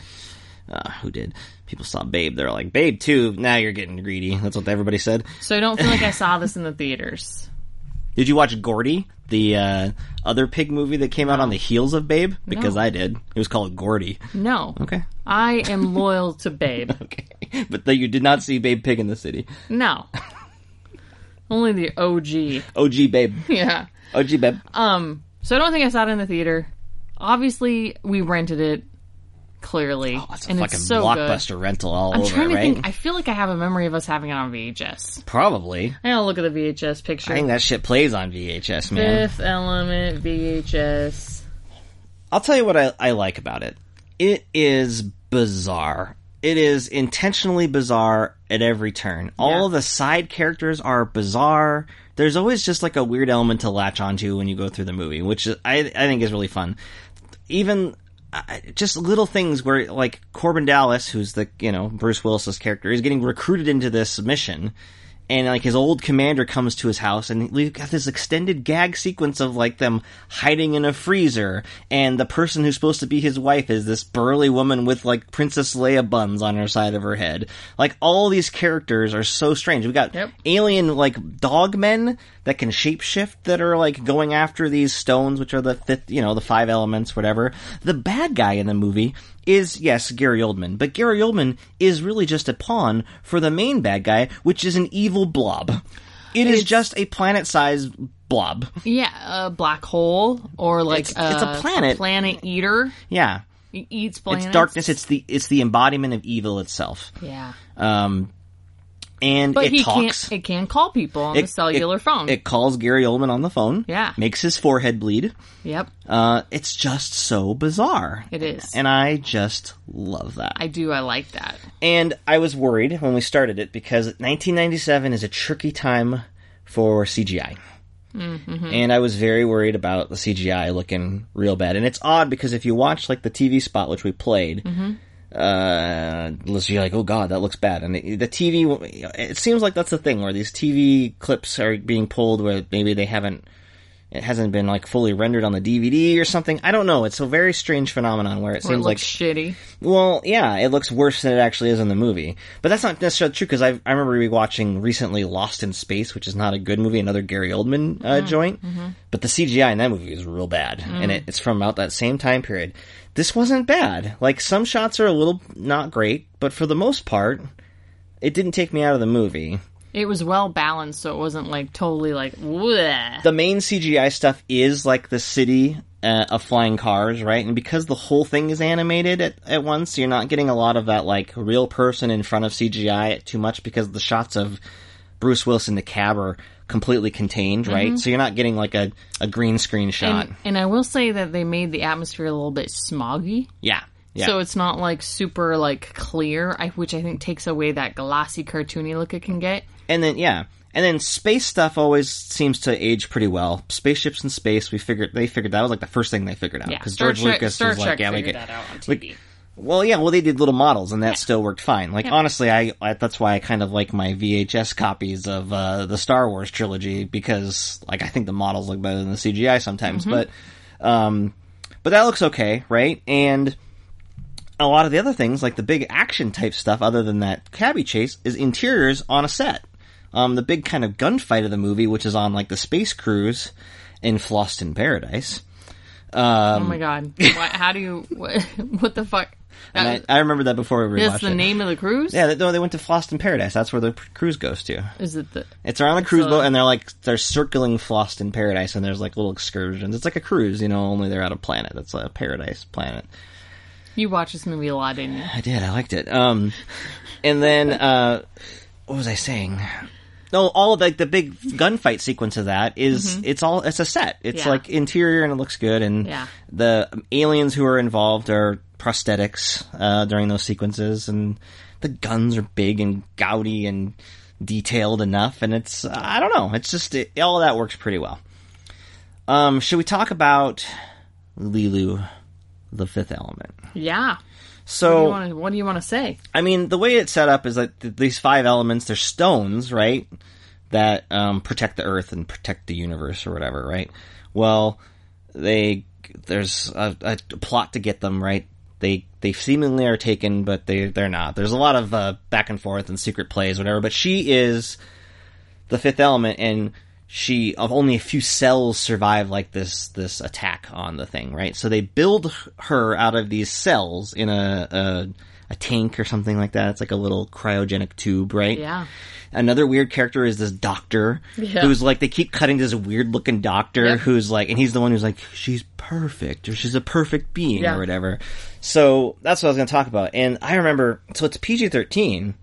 S4: uh, who did. People saw Babe. They're like, Babe too. Now you're getting greedy. That's what everybody said.
S3: So I don't feel like I saw this in the theaters.
S4: Did you watch Gordy, the uh, other pig movie that came out on the heels of Babe? Because I did. It was called Gordy.
S3: No.
S4: Okay.
S3: I am loyal to Babe.
S4: Okay. But though you did not see Babe Pig in the City.
S3: No. Only the OG.
S4: OG Babe.
S3: Yeah.
S4: OG Babe.
S3: Oh, So I don't think I saw it in the theater. Obviously, we rented it. Clearly,
S4: Oh, That's a
S3: and
S4: fucking
S3: it's so
S4: blockbuster
S3: good.
S4: rental all
S3: I'm
S4: over,
S3: trying to
S4: right?
S3: think. I feel like I have a memory of us having it on VHS.
S4: Probably.
S3: I gotta look at the VHS picture.
S4: I think that shit plays on VHS, man.
S3: Fifth Element VHS.
S4: I'll tell you what I, I like about it. It is bizarre. It is intentionally bizarre at every turn. All the side characters are bizarre. There's always just like a weird element to latch onto when you go through the movie, which is- I I think is really fun. Even I- just little things where like Corbin Dallas, who's the you know Bruce Willis's character, is getting recruited into this mission, and like his old commander comes to his house, and we've got this extended gag sequence of like them hiding in a freezer, and the person who's supposed to be his wife is this burly woman with like Princess Leia buns on her side of her head. Like all these characters are so strange. We got
S3: Yep.
S4: alien like dog men that can shapeshift that are like going after these stones which are the fifth you know the five elements whatever the bad guy in the movie is yes gary oldman but gary oldman is really just a pawn for the main bad guy which is an evil blob it is just a planet-sized blob
S3: Yeah, a black hole or like
S4: It's- it's a planet.
S3: planet eater.
S4: yeah
S3: It eats
S4: it's
S3: planets.
S4: darkness it's the it's the embodiment of evil itself
S3: Yeah,
S4: um and
S3: but
S4: it
S3: he
S4: talks
S3: can't. It can call people on the cellular phone.
S4: it calls gary oldman on the phone
S3: Yeah.
S4: makes his forehead bleed
S3: yep,
S4: Uh, it's just so bizarre.
S3: It is.
S4: And I just love that.
S3: I do. I like that.
S4: and I was worried when we started it because 1997 is a tricky time for CGI. And I was very worried about the CGI looking real bad. And it's odd because if you watch like the TV spot which we played, uh, you're like, oh god, that looks bad. And it, the TV, it seems like that's the thing where these TV clips are being pulled where maybe they haven't, it hasn't been like fully rendered on the DVD or something. I don't know. It's a very strange phenomenon where it
S3: Or it
S4: seems
S3: looks
S4: like
S3: shitty.
S4: well, yeah, it looks worse than it actually is in the movie, but that's not necessarily true because I I remember rewatching recently Lost in Space, which is not a good movie, another Gary Oldman uh, joint. But the CGI in that movie is real bad, and it, it's from out that same time period. This wasn't bad. Like some shots are a little not great, but for the most part, it didn't take me out of the movie.
S3: It was well balanced, so it wasn't like totally like. Bleh.
S4: the main CGI stuff is like the city uh, of flying cars, right? And because the whole thing is animated at, at once, you're not getting a lot of that like real person in front of CGI too much because the shots of Bruce Willis in the cab are completely contained, right? So you're not getting like a, a green screen shot.
S3: Mm-hmm. And, and I will say that they made the atmosphere a little bit smoggy.
S4: yeah. Yeah.
S3: So it's not like super like clear, I, which I think takes away that glossy cartoony look it can get.
S4: And then yeah, and then space stuff always seems to age pretty well. Spaceships in space, we figured they figured that was like the first thing they figured out
S3: Yeah,
S4: because
S3: Star
S4: George
S3: Trek-
S4: Lucas
S3: Star
S4: was like,
S3: Trek
S4: yeah, we
S3: figured
S4: get
S3: that out on
S4: we-
S3: TV.
S4: well, yeah, well they did little models and that still worked fine. Like honestly, I, I that's why I kind of like my VHS copies of uh, the Star Wars trilogy because like I think the models look better than the CGI sometimes, but um, but that looks okay, right? And a lot of the other things, like the big action type stuff, other than that cabbie chase, is interiors on a set. Um, the big kind of gunfight of the movie, which is on like the space cruise in Flost in Paradise. um,
S3: oh my god! Why, how do you? What, what the fuck?
S4: And
S3: That,
S4: I, I remember that before we rewatched
S3: that's Uh, the
S4: it.
S3: name of the cruise.
S4: Yeah, they, no, they went to Floston Paradise. That's where the p- cruise goes to.
S3: Is it the?
S4: It's around the cruise
S3: a-
S4: boat, and they're like they're circling Floston Paradise, and there's like little excursions. It's like a cruise, you know, only they're out of planet. It's a paradise planet.
S3: You watch this movie a lot, didn't you?
S4: I did. I liked it. Um, and then uh, what was I saying? No, all of like the big gunfight sequence of that is- it's all it's a set. It's
S3: Mm-hmm. Yeah.
S4: like interior and it looks good, and
S3: Yeah.
S4: the aliens who are involved are prosthetics uh, during those sequences, and the guns are big and gaudy and detailed enough, and it's I don't know, it's just it, all that works pretty well. Um, should we talk about Lilu, the Fifth Element?
S3: Yeah.
S4: So
S3: What do you wanna- What do you want to say?
S4: I mean, the way it's set up is like th- these five elements. They're stones, right? That um, protect the Earth and protect the universe or whatever, right? Well, they there's a, a plot to get them right They they seemingly are taken, but they they're not. There's a lot of uh, back and forth and secret plays, whatever. But she is the Fifth Element, and she of only a few cells survive like this this attack on the thing, right? So they build her out of these cells in a a, a tank or something like that. It's like a little cryogenic tube, right?
S3: Yeah.
S4: Another weird character is this doctor
S3: Yeah.
S4: who's like they keep cutting to this weird looking doctor
S3: Yep.
S4: who's like and he's the one who's like she's perfect or she's a perfect being
S3: Yeah.
S4: or whatever. So that's what I was going to talk about. And I remember so it's PG-13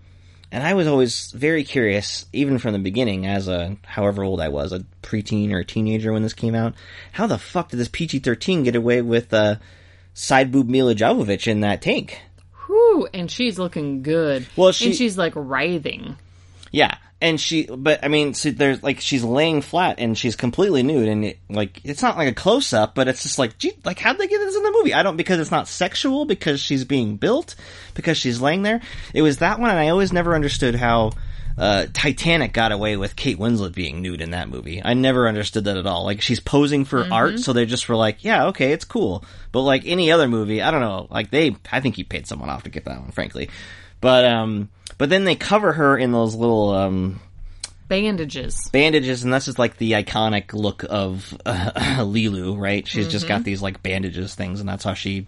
S4: and I was always very curious even from the beginning as a however old I was, a preteen or a teenager when this came out, how the fuck did this PG-13 get away with uh side boob Mila Jovovich in that tank?
S3: Whew, and she's looking good.
S4: Well, she-
S3: and she's like writhing.
S4: Yeah, and she, but I mean, so there's like she's laying flat and she's completely nude, and it, like it's not like a close up, but it's just like, gee, like how'd they get this in the movie? I don't because it's not sexual because she's being built because she's laying there. It was that one, and I always never understood how. Uh, Titanic got away with Kate Winslet being nude in that movie. I never understood that at all. Like she's posing for art, so they just were like, "Yeah, okay, it's cool." But like any other movie, I don't know. Like they, I think he paid someone off to get that one, frankly. But um, but then they cover her in those little um,
S3: Bandages.
S4: bandages, and that's just like the iconic look of uh, Lilu, right? She's just got these like bandages things, and that's how she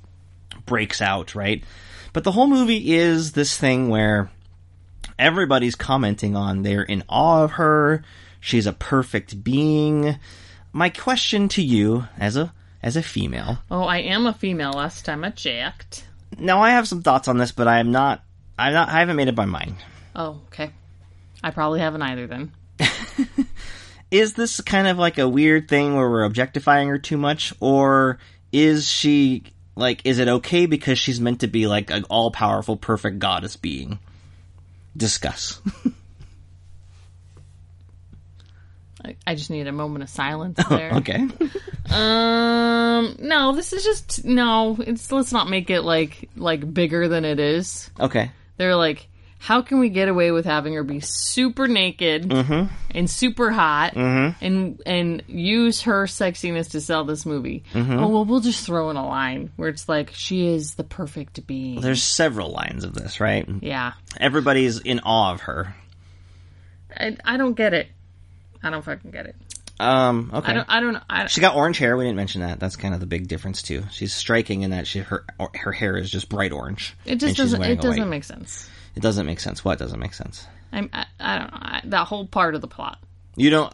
S4: breaks out, right? But the whole movie is this thing where everybody's commenting on they're in awe of her. She's a perfect being. My question to you, as a as a female,
S3: Oh, I am a female. Last time I checked.
S4: now I have some thoughts on this, but I am not. I'm not. I haven't made up my mind.
S3: Oh, okay. I probably haven't either then.
S4: is this kind of like a weird thing where we're objectifying her too much or is she like is it okay because she's meant to be like an all-powerful perfect goddess being discuss
S3: I, I just need a moment of silence there.
S4: okay
S3: Um, no, this is just no. It's let's not make it like like bigger than it is.
S4: okay
S3: They're like, how can we get away with having her be super naked
S4: Mm-hmm.
S3: and super hot and and use her sexiness to sell this movie?
S4: Mm-hmm.
S3: Oh well, we'll just throw in a line where it's like she is the perfect being.
S4: there's several lines of this right
S3: yeah,
S4: everybody's in awe of her
S3: I, I don't get it. I don't fucking get it.
S4: um
S3: I
S4: okay
S3: don't. I don't. I,
S4: she got orange hair we didn't mention that that's kind of the big difference too she's striking in that she her or- her hair is just bright orange
S3: it
S4: and
S3: just
S4: she's
S3: doesn't.
S4: wearing
S3: It
S4: a
S3: doesn't
S4: white-
S3: make sense.
S4: it doesn't make sense what doesn't make sense
S3: I'm. I, I don't know. I, that whole part of the plot.
S4: you don't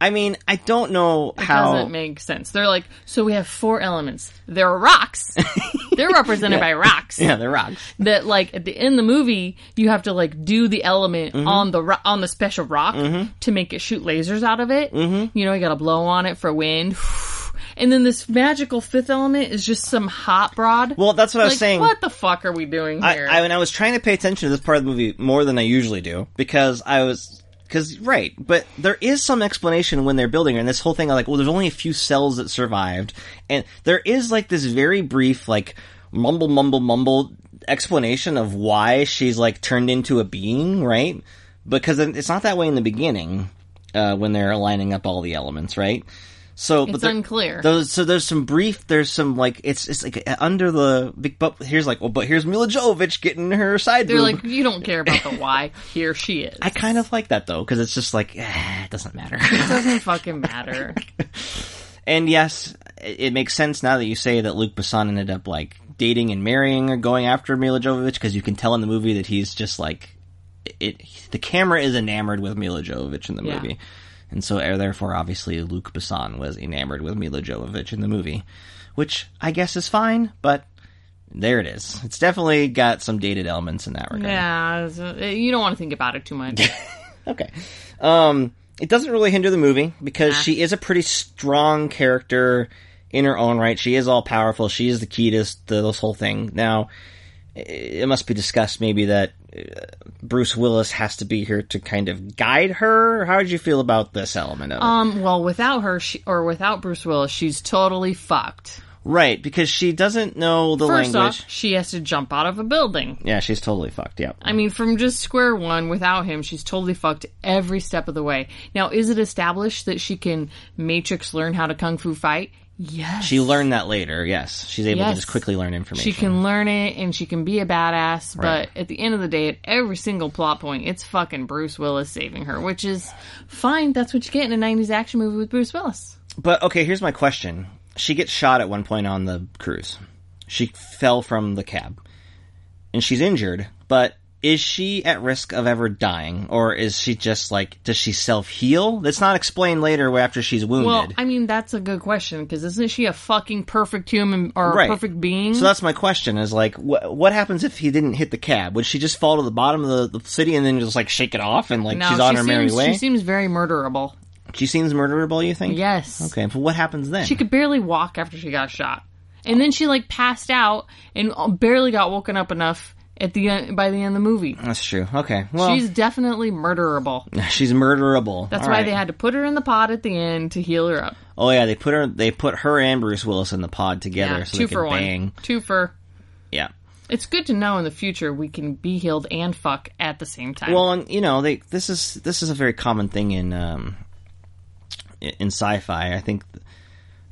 S4: I mean, I don't know how
S3: doesn't make sense. They're like, so we have four elements. There are rocks. They're represented by rocks.
S4: Yeah, they're rocks.
S3: That like at the end of the movie, you have to like do the element
S4: Mm-hmm.
S3: on the ro- on the special rock to make it shoot lasers out of it. Mm-hmm. You know, you got to blow on it for wind. And then this magical fifth element is just some hot broad.
S4: Well, that's what I was
S3: Like,
S4: saying.
S3: What the fuck are we doing
S4: I,
S3: here?
S4: I, and I was trying to pay attention to this part of the movie more than I usually do because I was because right, but there is some explanation when they're building her, and this whole thing. I'm like, well, there's only a few cells that survived, and there is like this very brief like mumble mumble mumble explanation of why she's like turned into a being, right? Because it- it's not that way in the beginning uh, when they're lining up all the elements, right? So
S3: it's
S4: but there-
S3: unclear.
S4: Those, so there's some brief. There's some like it's it's like uh, under the. big But here's like well, but here's Mila Jovovich getting her side.
S3: They're like,
S4: boob.
S3: you don't care about the why. Here she is.
S4: I kind of like that though because it's just like eh, it doesn't matter.
S3: doesn't fucking matter.
S4: and yes, it, it makes sense now that you say that Luke Besson ended up like dating and marrying or going after Mila Jovovich because you can tell in the movie that he's just like it. The camera is enamored with Mila Jovovich in the
S3: Yeah.
S4: movie. And so, er, therefore, obviously, Luke Besson was enamored with Mila Jovovich in the movie, which I guess is fine, but there it is. It's definitely got some dated elements in that regard.
S3: Yeah, it's- uh, you don't want to think about it too much.
S4: Okay. Um, it doesn't really hinder the movie because she is a pretty strong character in her own right. She is all powerful. She is the key to this, to this whole thing. Now, it must be discussed maybe that uh, Bruce Willis has to be here to kind of guide her. How did you feel about this element of it?
S3: Um, well, without her, she, or without Bruce Willis, she's totally fucked.
S4: Right, because she doesn't know the
S3: First
S4: language.
S3: off, she has to jump out of a building.
S4: yeah, she's totally fucked. Yeah.
S3: I mean, from just square one, without him, she's totally fucked every step of the way. Now, is it established that she can Matrix learn how to kung fu fight? Yes.
S4: She learned that later. Yes, she's able to
S3: Yes.
S4: just quickly learn information.
S3: She can learn it and she can be a badass, but at the end of the day, at every single plot point, it's fucking Bruce Willis saving her, which is fine. That's what you get in a 90s action movie with Bruce Willis.
S4: But okay, here's my question. She gets shot at one point on the cruise. She fell from the cab. And she's injured, but is she at risk of ever dying or is she just like does she self-heal? That's not explained later where after she's wounded.
S3: Well, I mean, that's a good question because isn't she a fucking perfect human or a
S4: Right.
S3: perfect being?
S4: so that's my question is like wh- what happens if he didn't hit the cab? Would she just fall to the bottom of the, the city and then just like shake it off and like
S3: No,
S4: she's on her
S3: seems,
S4: merry way?
S3: She seems very murderable.
S4: she seems murderable, you think?
S3: Yes.
S4: Okay, but what happens then?
S3: She could barely walk after she got shot, and then she like passed out and barely got woken up enough at the end, by the end of the movie.
S4: that's true. Okay. Well,
S3: She's definitely murderable.
S4: she's murderable.
S3: That's
S4: All
S3: why
S4: right.
S3: they had to put her in the pod at the end to heal her up.
S4: Oh yeah, they put her. They put her and Bruce Willis in the pod together,
S3: Yeah,
S4: so
S3: two
S4: they
S3: for
S4: could
S3: one.
S4: bang.
S3: Two for.
S4: Yeah.
S3: It's good to know in the future we can be healed and fuck at the same time.
S4: Well, and you know, they this is this is a very common thing in um, i- in sci-fi. I think th-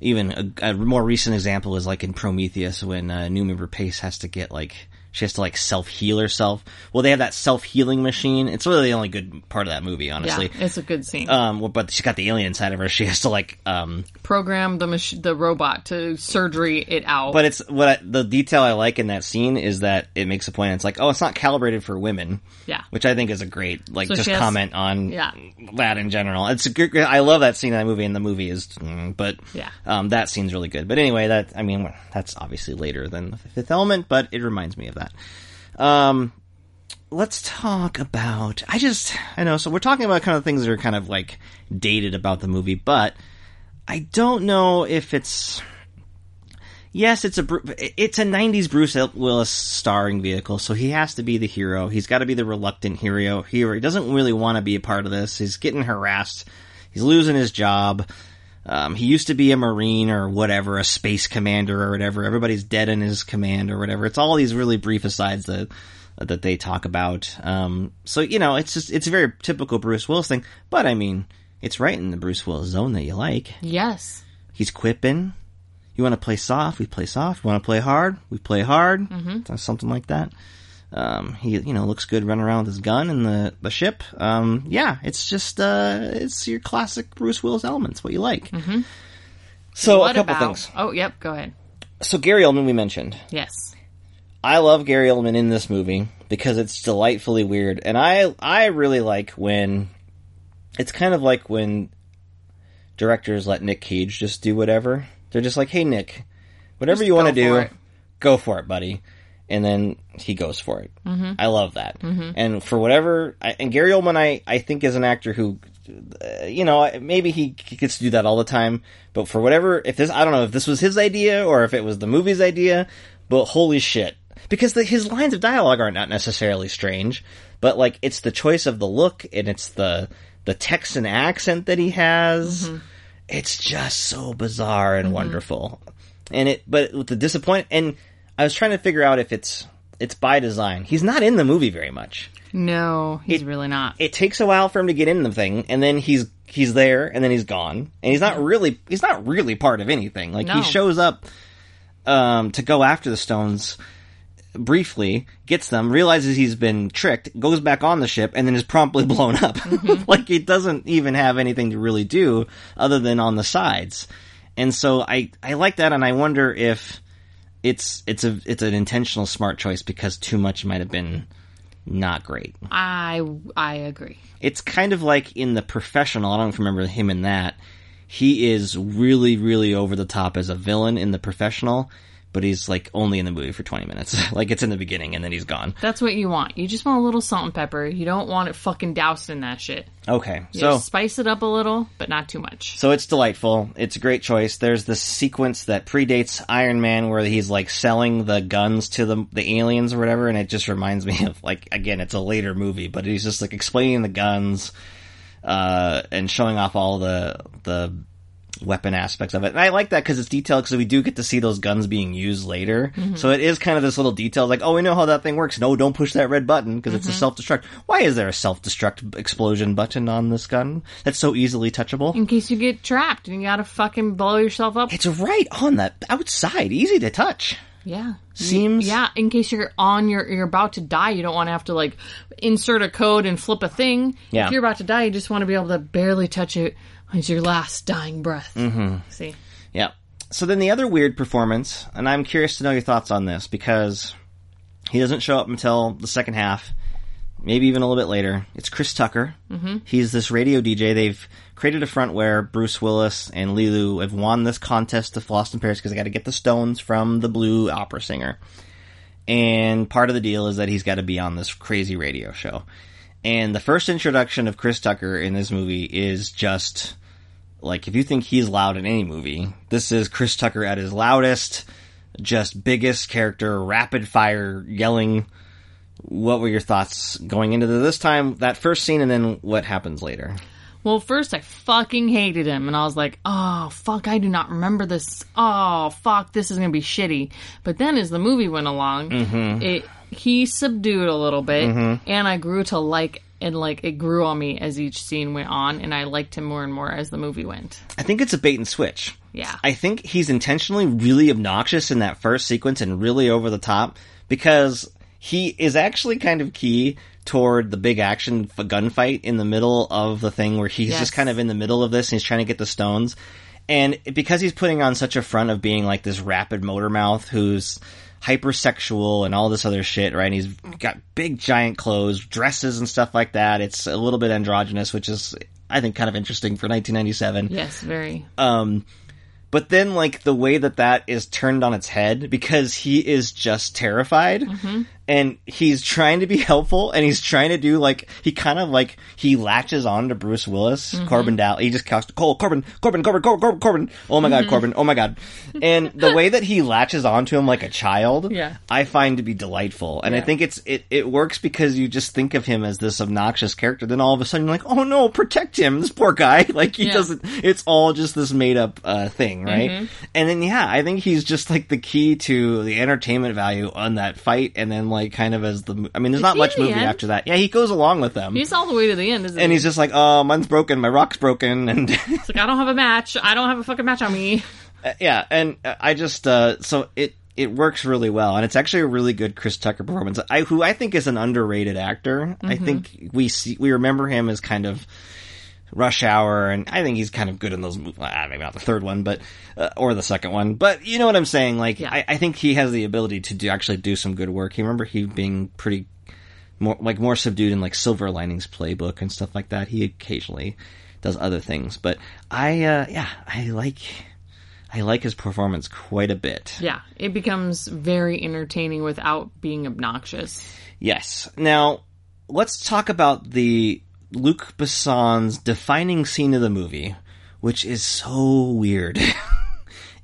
S4: even a, a more recent example is like in Prometheus when uh, new member Pace has to get like she has to like self heal herself. Well, they have that self healing machine. It's really the only good part of that movie,
S3: yeah,
S4: honestly.
S3: it's a good scene.
S4: Um, well, but she's got the alien inside of her. She has to like um,
S3: Program the mach- the robot to surgery it out.
S4: But it's what I, the detail I like in that scene is that it makes a point. It's like, oh, it's not calibrated for women.
S3: Yeah.
S4: which I think is a great like
S3: So
S4: just
S3: she has-
S4: comment on
S3: Yeah.
S4: that in general. It's a good. I love that scene in that movie, and the movie is, mm, but
S3: Yeah.
S4: um, that scene's really good. But anyway, that I mean, that's obviously later than the Fifth Element, but it reminds me of that. Um, let's talk about. I just I know. So we're talking about kind of things that are kind of like dated about the movie, but I don't know if it's. Yes, it's a Bru- it's a '90s Bruce Willis starring vehicle, so he has to be the hero. He's got to be the reluctant hero. Hero. He doesn't really want to be a part of this. He's getting harassed. He's losing his job. Um, he used to be a marine or whatever, a space commander or whatever. Everybody's dead in his command or whatever. It's all these really brief asides that that they talk about. Um, so you know, it's just it's a very typical Bruce Willis thing. But I mean, it's right in the Bruce Willis zone that you like.
S3: yes.
S4: He's quipping. You want to play soft? We play soft. You want to play hard? We play hard. Mm-hmm. Something like that. Um, he, you know, looks good running around with his gun and the, the ship. Um, yeah, it's just, uh, it's your classic Bruce Willis elements, what you like. Mm-hmm. So,
S3: What
S4: a couple
S3: about?
S4: things.
S3: Oh, yep. Go ahead.
S4: So, Gary Oldman, we mentioned.
S3: Yes.
S4: I love Gary Oldman in this movie because it's delightfully weird, and I I really like when it's kind of like when directors let Nick Cage just do whatever. They're just like, "Hey Nick, whatever
S3: Just
S4: you want to
S3: go
S4: do,
S3: for it."
S4: go for it, buddy." And then he goes for it. Mm-hmm. I love that. And for whatever, I, and Gary Oldman, I I think is an actor who you know, maybe he gets to do that all the time, but for whatever, if this, I don't know if this was his idea or if it was the movie's idea, but holy shit. Because the, his lines of dialogue are not necessarily strange, but like, it's the choice of the look and it's the, the Texan accent that he has. It's just so bizarre and wonderful. And it, but with the disappoint, and I was trying to figure out if it's, it's by design. He's not in the movie very much
S3: No, he's really not.
S4: it takes a while for him to get in the thing, and then he's he's there, and then he's gone, and he's not really he's not really part of anything. Like he
S3: No.
S4: shows up um, to go after the stones briefly, gets them, realizes he's been tricked, goes back on the ship, and then is promptly blown up. like he doesn't even have anything to really do other than on the sides. And so I I like that, and I wonder if it's it's a it's an intentional smart choice because too much might have been not great
S3: I I agree.
S4: it's kind of like in the professional. I don't remember him in that. He is really, really over the top as a villain in the professional, but he's like only in the movie for twenty minutes. like it's in the beginning and then he's gone.
S3: That's what you want. You just want a little salt and pepper. You don't want it fucking doused in that shit.
S4: Okay,
S3: You
S4: so
S3: just spice it up a little, but not too much.
S4: So it's delightful. It's a great choice. There's this sequence that predates Iron Man where he's like selling the guns to the the aliens or whatever, and it just reminds me of like again, it's a later movie, but he's just like explaining the guns uh, and showing off all the the weapon aspects of it. And I like that because it's detailed because we do get to see those guns being used later. So it is kind of this little detail like, oh, we know how that thing works. No, don't push that red button because it's a self destruct. Why is there a self destruct explosion button on this gun that's so easily touchable?
S3: in case you get trapped and you gotta fucking blow yourself up.
S4: It's right on that outside, easy to touch.
S3: Yeah.
S4: Seems.
S3: Yeah, in case you're on your you're about to die, you don't want to have to like insert a code and flip a thing.
S4: Yeah.
S3: If you're about to die, you just want to be able to barely touch it as your last dying breath. Mm-hmm. See.
S4: Yeah. So then the other weird performance, and I'm curious to know your thoughts on this because he doesn't show up until the second half, maybe even a little bit later. It's Chris Tucker. Mm-hmm. He's this radio DJ. They've created a front where Bruce Willis and Lilu have won this contest to Floss in Paris because they got to get the stones from the blue opera singer. And part of the deal is that he's got to be on this crazy radio show. And the first introduction of Chris Tucker in this movie is just like if you think he's loud in any movie, this is Chris Tucker at his loudest, just biggest character, rapid fire yelling. What were your thoughts going into the, this time, that first scene, and then what happens later?
S3: Well, first I fucking hated him, and I was like, "Oh fuck, I do not remember this. Oh fuck, this is gonna be shitty." But then, as the movie went along,
S4: Mm-hmm.
S3: it he subdued a little bit, and I grew to like and like it grew on me as each scene went on, and I liked him more and more as the movie went.
S4: I think it's a bait and switch.
S3: Yeah.
S4: I think he's intentionally really obnoxious in that first sequence and really over the top because he is actually kind of key toward the big action f- gunfight in the middle of the thing where he's
S3: Yes.
S4: just kind of in the middle of this and he's trying to get the stones. And because he's putting on such a front of being like this rapid motor mouth who's hypersexual and all this other shit, right? And he's got big giant clothes, dresses and stuff like that. It's a little bit androgynous, which is I think kind of interesting for 1997
S3: Yes, very.
S4: but then like the way that that is turned on its head because he is just terrified and he's trying to be helpful and he's trying to do like he kind of like he latches on to Bruce Willis Corbin Dow he just calls Cole Corbin Corbin Corbin Corbin Corbin Corbin oh my god Corbin oh my god and the way that he latches onto him like a child
S3: Yeah.
S4: I find to be delightful and I
S3: Yeah.
S4: think it's it it works because you just think of him as this obnoxious character then all of a sudden you're like oh no protect him this poor guy like he
S3: Yeah. Mm-hmm.
S4: doesn't it's all just this made up uh, thing, right? And then yeah, I think he's just like the key to the entertainment value on that fight, and then like kind of as the mo- I mean, there's not
S3: he
S4: much
S3: in the
S4: movie
S3: end?
S4: after that. Yeah, he goes along with them,
S3: he's all the way to the end, isn't
S4: and
S3: he?
S4: he's just like, oh, mine's broken, my rock's broken, and
S3: It's like, I don't have a match. I don't have a fucking match on me.
S4: yeah, and uh, I just uh, so it it works really well, and it's actually a really good Chris Tucker performance. I who I think is an underrated actor. I think we see we remember him as kind of Rush Hour, and I think he's kind of good in those. mov- ah, Maybe not the third one, but uh, or the second one, but you know what I'm saying. Like
S3: Yeah.
S4: I, I think he has the ability to do actually do some good work. He remember he being pretty more like more subdued in like Silver Linings Playbook and stuff like that. He occasionally does other things, but I uh, yeah I like I like his performance quite a bit.
S3: Yeah, it becomes very entertaining without being obnoxious.
S4: Yes. Now, let's talk about the Luc Besson's defining scene of the movie, which is so weird.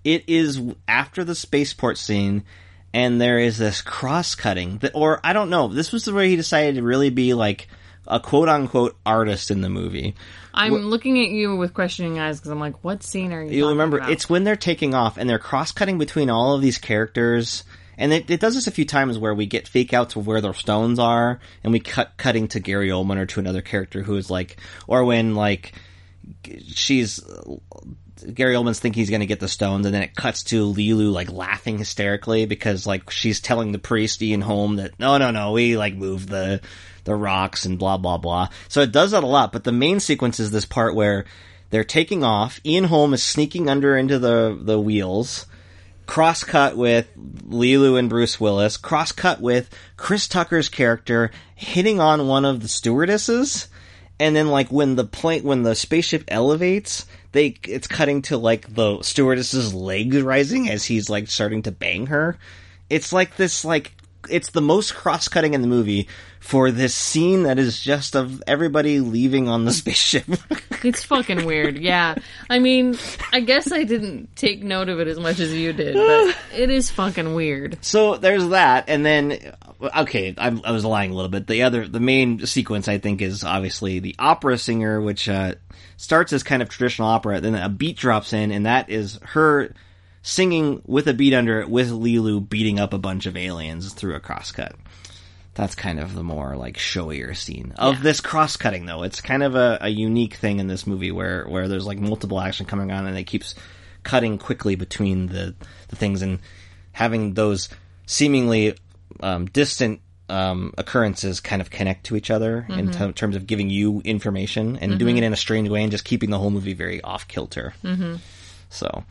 S4: it is after the spaceport scene, and there is this cross cutting, that, or I don't know, this was the way he decided to really be like a quote unquote artist in the movie.
S3: I'm looking at you with questioning eyes because I'm like, what scene are you?
S4: You'll
S3: talking
S4: remember
S3: about?
S4: it's when they're taking off and they're cross cutting between all of these characters. And it, it does this a few times where we get fake outs of where the stones are, and we cut cutting to Gary Oldman or to another character who is like, or when like g- she's Gary Oldman's thinking he's going to get the stones, and then it cuts to Lilu like laughing hysterically because like she's telling the priest Ian Holm that no, no, no, we like moved the the rocks and blah blah blah. So it does that a lot. But the main sequence is this part where they're taking off. Ian Holm is sneaking under into the the wheels. Cross cut with Lilu and Bruce Willis. Cross cut with Chris Tucker's character hitting on one of the stewardesses and then like when the plane when the spaceship elevates they it's cutting to like the stewardess's legs rising as he's like starting to bang her it's like this like it's the most cross cutting in the movie for this scene that is just of everybody leaving on the spaceship.
S3: It's fucking weird. Yeah. I mean, I guess I didn't take note of it as much as you did, but it is fucking weird.
S4: so there's that, and then okay, I, I was lying a little bit. The other, the main sequence I think is obviously the opera singer, which uh, starts as kind of traditional opera, then a beat drops in, and that is her singing with a beat under it with Lilu beating up a bunch of aliens through a crosscut. That's kind of the more like showier scene of this cross cutting though. It's kind of a, a unique thing in this movie where, where there's like multiple action coming on and it keeps cutting quickly between the, the things and having those seemingly um, distant um, occurrences kind of connect to each other
S3: Mm-hmm.
S4: in t- terms of giving you information and doing it in a strange way and just keeping the whole movie very off kilter. Mm-hmm. So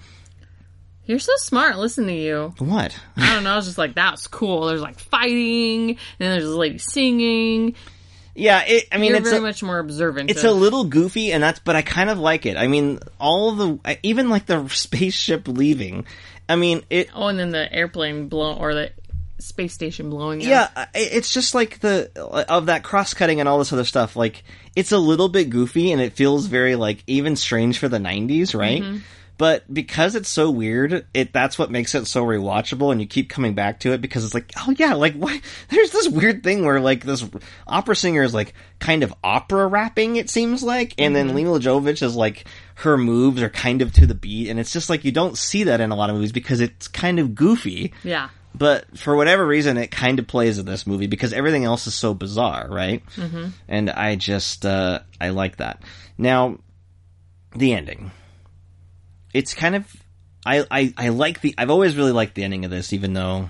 S3: You're so smart. Listen to you.
S4: what?
S3: I don't know. I was just like, that's cool. There's like fighting, and then there's this lady singing.
S4: Yeah, it, I mean
S3: You're
S4: it's
S3: very
S4: a-
S3: much more observant.
S4: It's
S3: of-
S4: a little goofy, and that's but I kind of like it. I mean, all the even like the spaceship leaving. I mean, it.
S3: oh, and then the airplane blow or the space station blowing. up.
S4: Yeah, I- it's just like the uh, of that cross cutting and all this other stuff. Like it's a little bit goofy, and it feels very like even strange for the '90s, right? But because it's so weird, it that's what makes it so rewatchable, and you keep coming back to it because it's like, oh yeah, like why? There's this weird thing where like this opera singer is like kind of opera rapping, it seems like, and then Lena Jovovich is like her moves are kind of to the beat, and it's just like you don't see that in a lot of movies because it's kind of goofy
S3: Yeah.
S4: but for whatever reason, it kind of plays in this movie because everything else is so bizarre, right? Mm-hmm. And I just uh, I like that. Now, the ending. It's kind of I, I I like the I've always really liked the ending of this, even though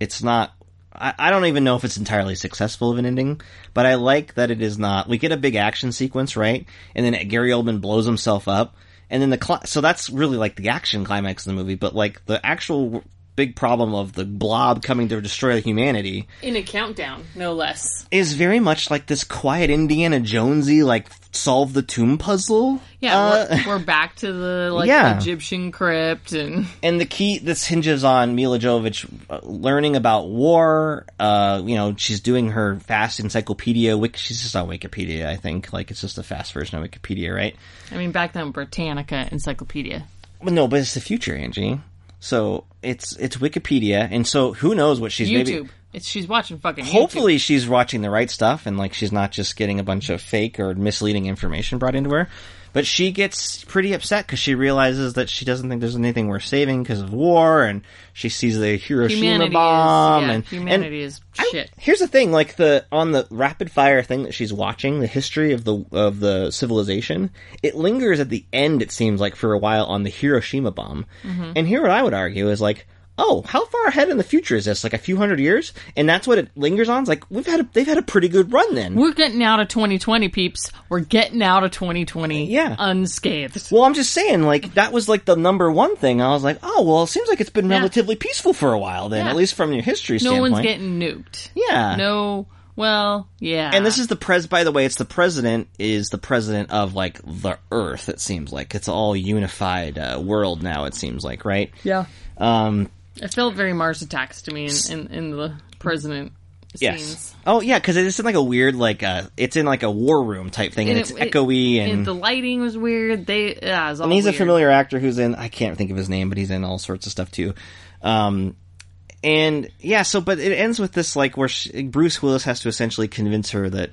S4: it's not. I, I don't even know if it's entirely successful of an ending, but I like that it is not. We get a big action sequence, right? And then Gary Oldman blows himself up, and then the cli so that's really like the action climax of the movie. But like the actual w- big problem of the blob coming to destroy humanity
S3: In a countdown, no less.
S4: is very much like this quiet Indiana Jonesy like solve the tomb puzzle.
S3: Yeah,
S4: Uh,
S3: we're, we're back to the like
S4: Yeah.
S3: Egyptian crypt and
S4: and the key this hinges on Mila Jovovich uh, learning about war. Uh, you know, she's doing her fast encyclopedia. Wik- she's just on Wikipedia, I think. Like it's just a fast version of Wikipedia, right?
S3: I mean back then Britannica encyclopedia.
S4: Well, no, but it's the future, Angie. So it's it's Wikipedia, and so who knows what she's
S3: YouTube.
S4: maybe.
S3: It's she's watching fucking
S4: Hopefully, she's watching the right stuff, and like she's not just getting a bunch of fake or misleading information brought into her. But she gets pretty upset because she realizes that she doesn't think there's anything worth saving because of war, and she sees the
S3: YouTube.
S4: Hiroshima
S3: Humanity
S4: bomb,
S3: is yeah,
S4: and and
S3: humanity is shit.
S4: Here's the thing, like the on the rapid fire thing that she's watching, the history of the of the civilization, it lingers at the end. It seems like for a while on the Hiroshima bomb.
S3: Mm-hmm.
S4: And here, what I would argue is like, oh, how far ahead in the future is this? Like a few hundred years, and that's what it lingers on. It's like we've had a, they've had a pretty good run then.
S3: We're getting out of 2020, peeps. We're getting out of 2020
S4: Yeah.
S3: unscathed.
S4: well, I'm just saying, like that was like the number one thing. I was like, oh, well, it seems like it's been relatively peaceful for a while then,
S3: Yeah.
S4: at least from your history
S3: No
S4: standpoint.
S3: one's getting nuked.
S4: yeah,
S3: No, well, yeah.
S4: And this is the pres. By the way, it's the president is the president of like the Earth. It seems like it's all unified uh, world now. It seems like right.
S3: Yeah.
S4: Um.
S3: It felt very Mars attacks to me in, in, in the president
S4: Yes.
S3: scenes.
S4: Oh yeah, because it's in like a weird like uh, it's in like a war room type thing, and,
S3: And
S4: it's
S3: it- it-
S4: echoey and.
S3: And the lighting was weird. They, yeah, it was all
S4: and he's
S3: weird.
S4: a familiar actor who's in I can't think of his name, but he's in all sorts of stuff too. Um, and yeah, so but it ends with this like where she, Bruce Willis has to essentially convince her that,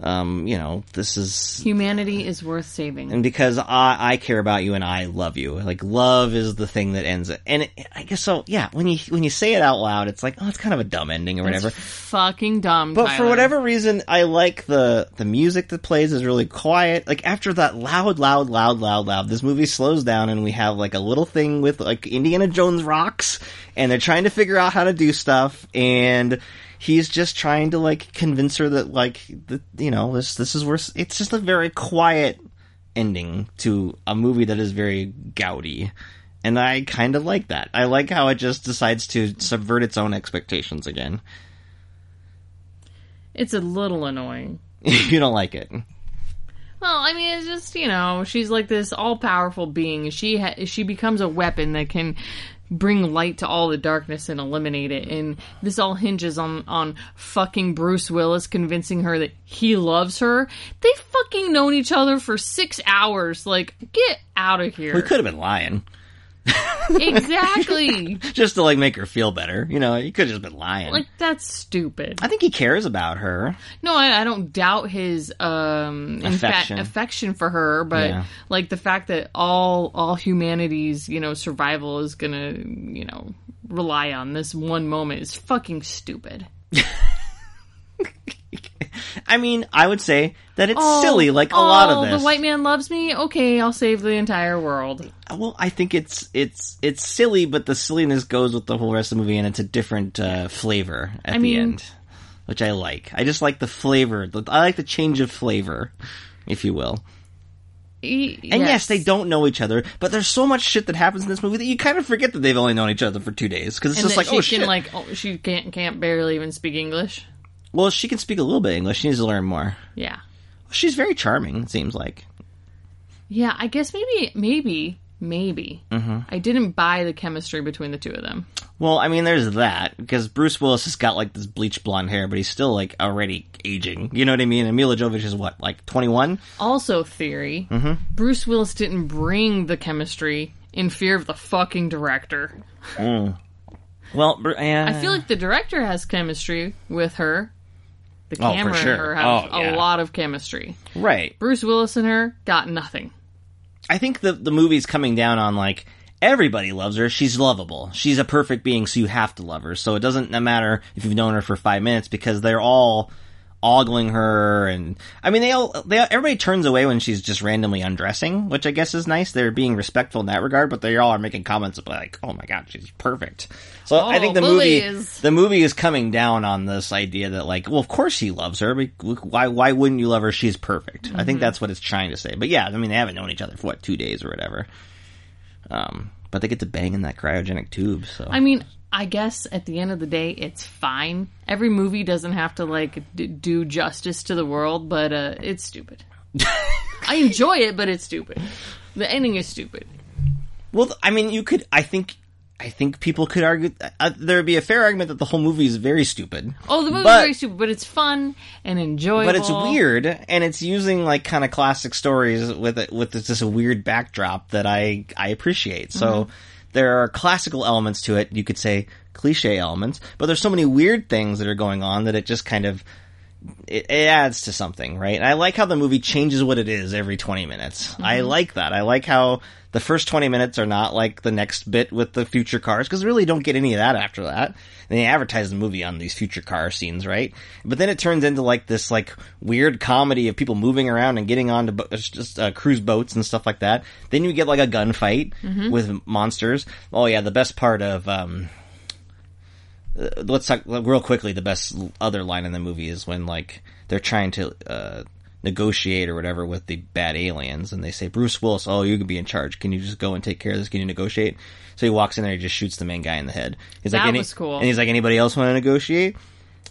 S4: um, you know, this is
S3: Humanity is worth saving.
S4: and because I, I care about you and I love you. Like love is the thing that ends it. And it, I guess so. Yeah, when you when you say it out loud, it's like oh, it's kind of a dumb ending or whatever.
S3: Fucking dumb.
S4: But for
S3: Tyler.
S4: whatever reason, I like the the music that plays is really quiet. Like after that loud, loud, loud, loud, loud, this movie slows down and we have like a little thing with like Indiana Jones rocks, and they're trying to figure out how to do stuff, and he's just trying to like convince her that like that, you know this this is worse. It's just a very quiet ending to a movie that is very gaudy. And I kind of like that. I like how it just decides to subvert its own expectations again.
S3: it's a little annoying.
S4: you don't like it.
S3: Well, I mean, it's just you know, she's like this all powerful being. She ha- she becomes a weapon that can bring light to all the darkness and eliminate it. And this all hinges on on fucking Bruce Willis convincing her that he loves her. They fucking known each other for six hours. Like, get out of here.
S4: We could have been lying
S3: exactly.
S4: just to like make her feel better. You know, he could have just been lying.
S3: like that's stupid.
S4: I think he cares about her.
S3: No, I, I don't doubt his um in fact
S4: Affection.
S3: affection for her, but
S4: Yeah.
S3: like the fact that all all humanity's you know survival is gonna you know rely on this one moment is fucking stupid.
S4: I mean, I would say that it's silly, like a lot
S3: Oh,
S4: of this.
S3: The white man loves me. Okay, I'll save the entire world.
S4: well, I think it's it's it's silly, but the silliness goes with the whole rest of the movie, and it's a different uh, flavor at the
S3: mean-
S4: end, which I like. I just like the flavor. The- I like the change of flavor, if you will.
S3: E-
S4: And yes. they don't know each other, but there's so much shit that happens in this movie that you kind of forget that they've only known each other for two days because it's
S3: And
S4: just
S3: that
S4: like,
S3: she
S4: oh
S3: can
S4: shit.
S3: like oh, she can't can't barely even speak English.
S4: well, she can speak a little bit English. She needs to learn more.
S3: Yeah.
S4: She's very charming. It seems like.
S3: Yeah, I guess maybe, maybe, maybe.
S4: Mm-hmm.
S3: I didn't buy the chemistry between the two of them.
S4: Well, I mean, there's that because Bruce Willis has got like this bleach blonde hair, but he's still like already aging. You know what I mean? And Mila Jovovich is what, like 21?
S3: Also, theory
S4: Mm-hmm.
S3: Bruce Willis didn't bring the chemistry in fear of the fucking director.
S4: Well, Bru- yeah.
S3: I feel like the director has chemistry with her. The
S4: Oh, for
S3: camera
S4: sure.
S3: and her have
S4: Oh, yeah.
S3: a lot of chemistry.
S4: right.
S3: Bruce Willis and her got nothing.
S4: I think the the movie's coming down on like everybody loves her. She's lovable. She's a perfect being, so you have to love her. So it doesn't matter if you've known her for five minutes because they're all ogling her and I mean they all they everybody turns away when she's just randomly undressing, which I guess is nice. They're being respectful in that regard, but they all are making comments about like, "Oh my god, she's perfect." So I think the
S3: please.
S4: movie the movie is coming down on this idea that like, well, of course she loves her. but Why why wouldn't you love her? She's perfect. I think that's what it's trying to say. But yeah, I mean, they haven't known each other for what two days or whatever. Um, but they get to bang in that cryogenic tube. So
S3: I mean, I guess at the end of the day, it's fine. Every movie doesn't have to like d- do justice to the world, but uh, it's stupid. I enjoy it, but it's stupid. The ending is stupid.
S4: well, th- I mean, you could. I think. I think people could argue uh, there would be a fair argument that the whole movie is very stupid.
S3: Oh, the movie's
S4: But-
S3: very stupid, but it's fun and enjoyable.
S4: but it's weird and it's using like kind of classic stories with it with this, this weird backdrop that i i appreciate so there are classical elements to it you could say cliche elements but there's so many weird things that are going on that it just kind of it, it adds to something right and i like how the movie changes what it is every 20 minutes i like that i like how the first 20 minutes are not like the next bit with the future cars because really don't get any of that after that. And they advertise the movie on these future car scenes, right? But then it turns into like this like weird comedy of people moving around and getting onto bo- it's just uh, cruise boats and stuff like that. Then you get like a gunfight with monsters. Oh yeah, the best part of um, uh, let's talk real quickly. The best other line in the movie is when like they're trying to. Uh, negotiate or whatever with the bad aliens and they say bruce willis oh you can be in charge can you just go and take care of this can you negotiate so he walks in there and just shoots the main guy in the head he's like
S3: That
S4: "Any-"
S3: was cool.
S4: and he's like anybody else want to negotiate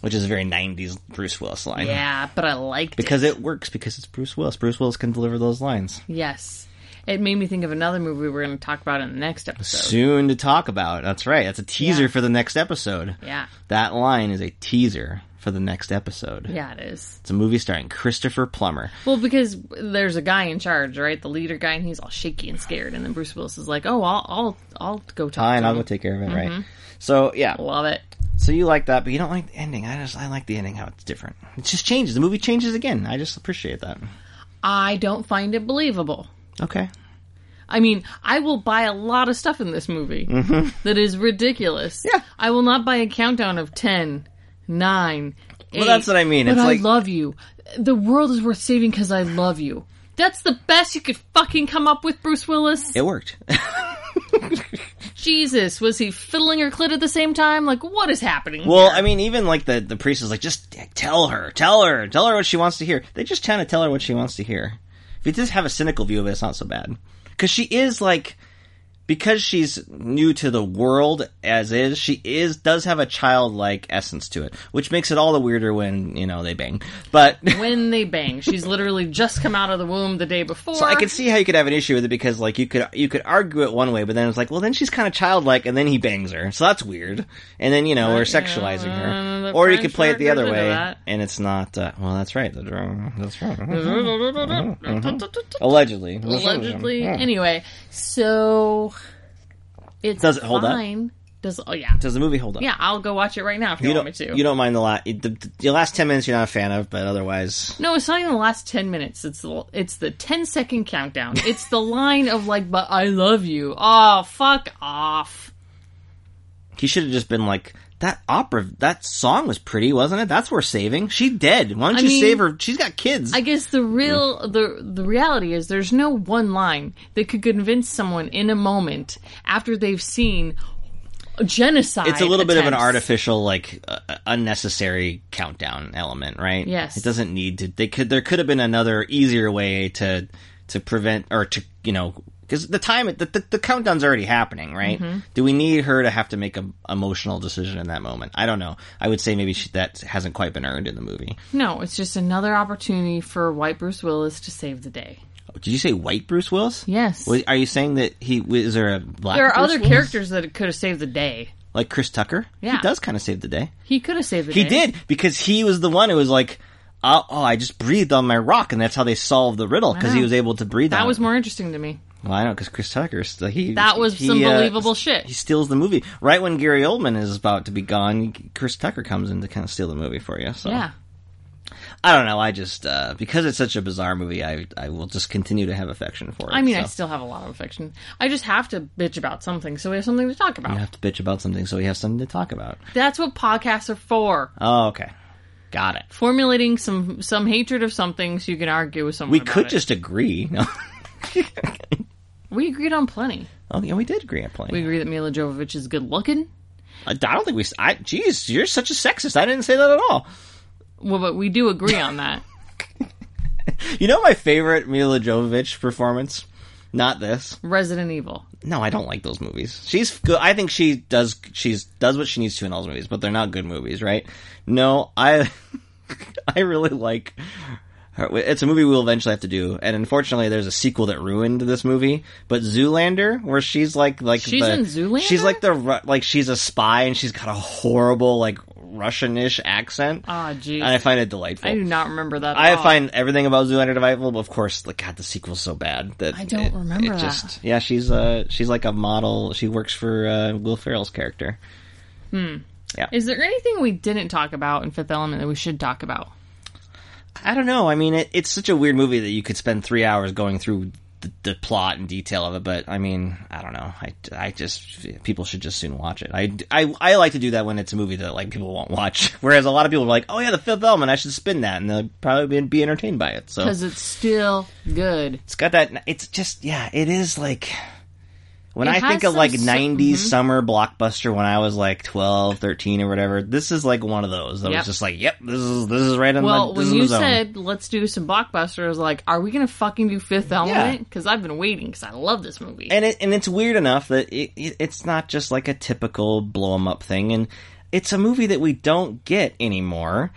S4: which is a very 90s bruce willis line
S3: Yeah, but I liked it.
S4: because it works because it's bruce willis bruce willis can deliver those lines
S3: Yes. It made me think of another movie we're going to talk about in the next episode.
S4: soon to talk about that's right that's a teaser for the next episode
S3: Yeah.
S4: that line is a teaser for the next episode
S3: Yeah, it is.
S4: it's a movie starring christopher plummer
S3: Well, because there's a guy in charge, right? The leader guy, and he's all shaky and scared. And then Bruce Willis is like, "Oh, I'll, I'll, I'll go talk
S4: fine
S3: to
S4: i'll
S3: him."
S4: go take care of it right so yeah
S3: Love it.
S4: So you like that, but you don't like the ending. I just I like the ending how it's different. It just changes. The movie changes again. I just appreciate that.
S3: I don't find it believable.
S4: Okay.
S3: I mean, I will buy a lot of stuff in this movie that is ridiculous.
S4: Mm-hmm. Yeah.
S3: I will not buy a countdown of 10, 9, Well,
S4: that's what I mean.
S3: But
S4: It's
S3: I
S4: like-
S3: love you. The world is worth saving because I love you. That's the best you could fucking come up with, Bruce Willis.
S4: It worked.
S3: Jesus, was he fiddling her clit at the same time? Like, what is happening?
S4: well, I mean, even like the the priest is like, just tell her, tell her, tell her what she wants to hear. They just kind of tell her what she wants to hear. If you just have a cynical view of it, it's not so bad because she is like because she's new to the world as is, she is does have a childlike essence to it, which makes it all the weirder when you know they bang. But
S3: When they bang, she's literally just come out of the womb the day before.
S4: so I could see how you could have an issue with it because like you could you could argue it one way, but then it's like, well, then she's kind of childlike, and then he bangs her, so that's weird. And then you know we're sexualizing
S3: uh,
S4: her,
S3: the
S4: or you
S3: French
S4: could play it the
S3: are
S4: other
S3: good into
S4: way,
S3: that. Mm-hmm.
S4: and it's not. Uh, well, that's right. That's right. Oh, mm-hmm. Allegedly.
S3: allegedly.
S4: Hmm.
S3: Anyway, so it's
S4: Does it hold up?
S3: fine. Does oh yeah.
S4: Does the movie hold up?
S3: yeah, I'll go watch it right now if you,
S4: You
S3: want
S4: don't,
S3: me to.
S4: you don't mind the last the, the last ten minutes you're not a fan of, but otherwise
S3: No, it's not even the last ten minutes. It's the it's the 10 second countdown. It's the line of like, "But I love you." Oh, fuck off.
S4: he should have just been like that opera that song was pretty, wasn't it? That's worth saving. She dead. Why don't
S3: I
S4: you
S3: mean-
S4: save her? She's got kids.
S3: I guess the real
S4: Hmm.
S3: the the reality is there's no one line that could convince someone in a moment after they've seen genocide.
S4: it's a little bit of an
S3: attempts.
S4: artificial, like uh, unnecessary countdown element, right?
S3: Yes.
S4: it doesn't need to. They could there could have been another easier way to to prevent or to you know because the time the, the the countdown's already happening, right?
S3: Mm-hmm.
S4: Do we need her to have to make a emotional decision in that moment? I don't know. I would say maybe she, that hasn't quite been earned in the movie.
S3: No, it's just another opportunity for white Bruce Willis to save the day.
S4: Did you say white Bruce Willis?
S3: Yes.
S4: Was- Are you saying that he is there a black?
S3: there are
S4: Bruce
S3: other
S4: Willis?
S3: characters that could have saved the day.
S4: like Chris Tucker.
S3: Yeah.
S4: he does kind of save the day.
S3: He could have saved the
S4: He
S3: day.
S4: did because he was the one who was like, "Oh, oh, I just breathed on my rock," and that's how they solved the riddle because he
S3: Wow.
S4: was able to breathe.
S3: That
S4: on
S3: was
S4: it.
S3: more interesting to me.
S4: Well, I know because Chris Tucker's the- he.
S3: That was
S4: he,
S3: some
S4: uh,
S3: believable shit.
S4: He steals the movie right when Gary Oldman is about to be gone. Chris Tucker comes in to kind of steal the movie for you. So
S3: Yeah.
S4: I don't know. I just uh, because it's such a bizarre movie, I I will just continue to have affection for it.
S3: I mean,
S4: so.
S3: I still have a lot of affection. I just have to bitch about something, so we have something to talk about.
S4: We have to bitch about something, so we have something to talk about.
S3: That's what podcasts are for.
S4: Oh, okay, got it.
S3: Formulating some some hatred of something so you can argue with someone.
S4: We
S3: about
S4: could
S3: it.
S4: just agree. No.
S3: We agreed on plenty.
S4: oh, yeah, we did agree on plenty.
S3: We agree that Mila Jovovich is good looking.
S4: I I don't think we. s- I, geez, you're such a sexist. I didn't say that at all.
S3: Well, but we do agree on that.
S4: You know my favorite Mila Jovovich performance. Not this.
S3: Resident Evil.
S4: No, I don't like those movies. She's good. I think she does. She's does what she needs to in all those movies, but they're not good movies, right? No, I. I really like. her- It's a movie we'll eventually have to do, and unfortunately, there's a sequel that ruined this movie. But Zoolander, where she's like, like
S3: She's
S4: the-
S3: in Zoolander?
S4: She's like the Ru- like she's a spy, and she's got a horrible like Russianish accent.
S3: Ah, jeez.
S4: and I find it delightful.
S3: I do not remember that. at
S4: I
S3: all.
S4: find everything about Zoolander delightful, but of course, like God, the sequel's so bad that I
S3: don't remember that.
S4: yeah, she's uh, she's like a model. She works for uh, Will Ferrell's character.
S3: Is there anything we didn't talk about in Fifth Element that we should talk about?
S4: I don't know. I mean, it, it's such a weird movie that you could spend three hours going through the, the plot and detail of it. But I mean, I don't know. I, I just people should just soon watch it. I, I I like to do that when it's a movie that like people won't watch. Whereas a lot of people are like, oh yeah, The Fifth Element, I should spin that, and they'll probably be, be entertained by it. So
S3: Because it's still good.
S4: It's got that. It's just yeah. It is like when
S3: It
S4: I think
S3: has
S4: of like
S3: some mm-hmm. su-
S4: 90s summer blockbuster when I was like 12, 13 or whatever. This is like one of those that
S3: Yep.
S4: was just like, yep, this is this is right on
S3: Well,
S4: the this
S3: when
S4: is
S3: you
S4: the zone.
S3: said let's do some blockbusters, I was like, are we gonna fucking do Fifth Element? Because I've been waiting because I love this movie.
S4: and it and it's weird enough that it, it, it's not just like a typical blow 'em up thing, and it's a movie that we don't get anymore.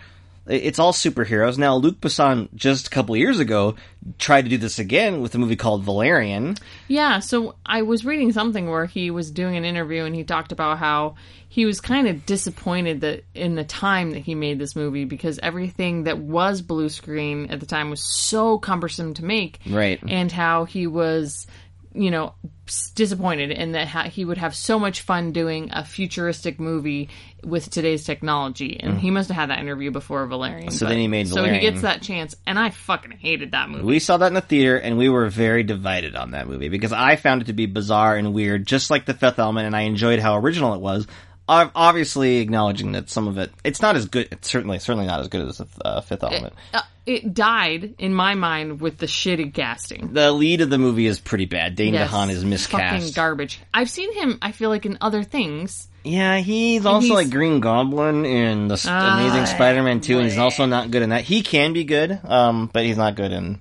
S4: I- It's all superheroes now. Luc Besson just a couple years ago tried to do this again with a movie called Valerian.
S3: yeah, so I was reading something where he was doing an interview and he talked about how he was kind of disappointed that in the time that he made this movie because everything that was blue screen at the time was so cumbersome to make.
S4: Right.
S3: and how he was you know s- disappointed and that how he would have so much fun doing a futuristic movie with today's technology and he must have had that interview before valerian
S4: Mm. So
S3: but-
S4: then he made
S3: so he
S4: Valerian.
S3: gets that chance and i fucking hated that movie
S4: We saw that in the theater, and we were very divided on that movie because I found it to be bizarre and weird, just like The Fifth Element, and I enjoyed how original it was. ob- Obviously, acknowledging that some of it, it's not as good. It's certainly, certainly not as good as the uh, Fifth Element.
S3: uh, it died in my mind with the shitty casting
S4: the lead of the movie is pretty bad. Dane
S3: Yes.
S4: DeHaan is
S3: fucking
S4: miscast.
S3: garbage i've seen him i feel like in other things
S4: yeah, he's also
S3: he's- Ah,
S4: like Green Goblin in the s Amazing Spider-Man Two, and he's also not good in that. He can be good, um, but he's not good in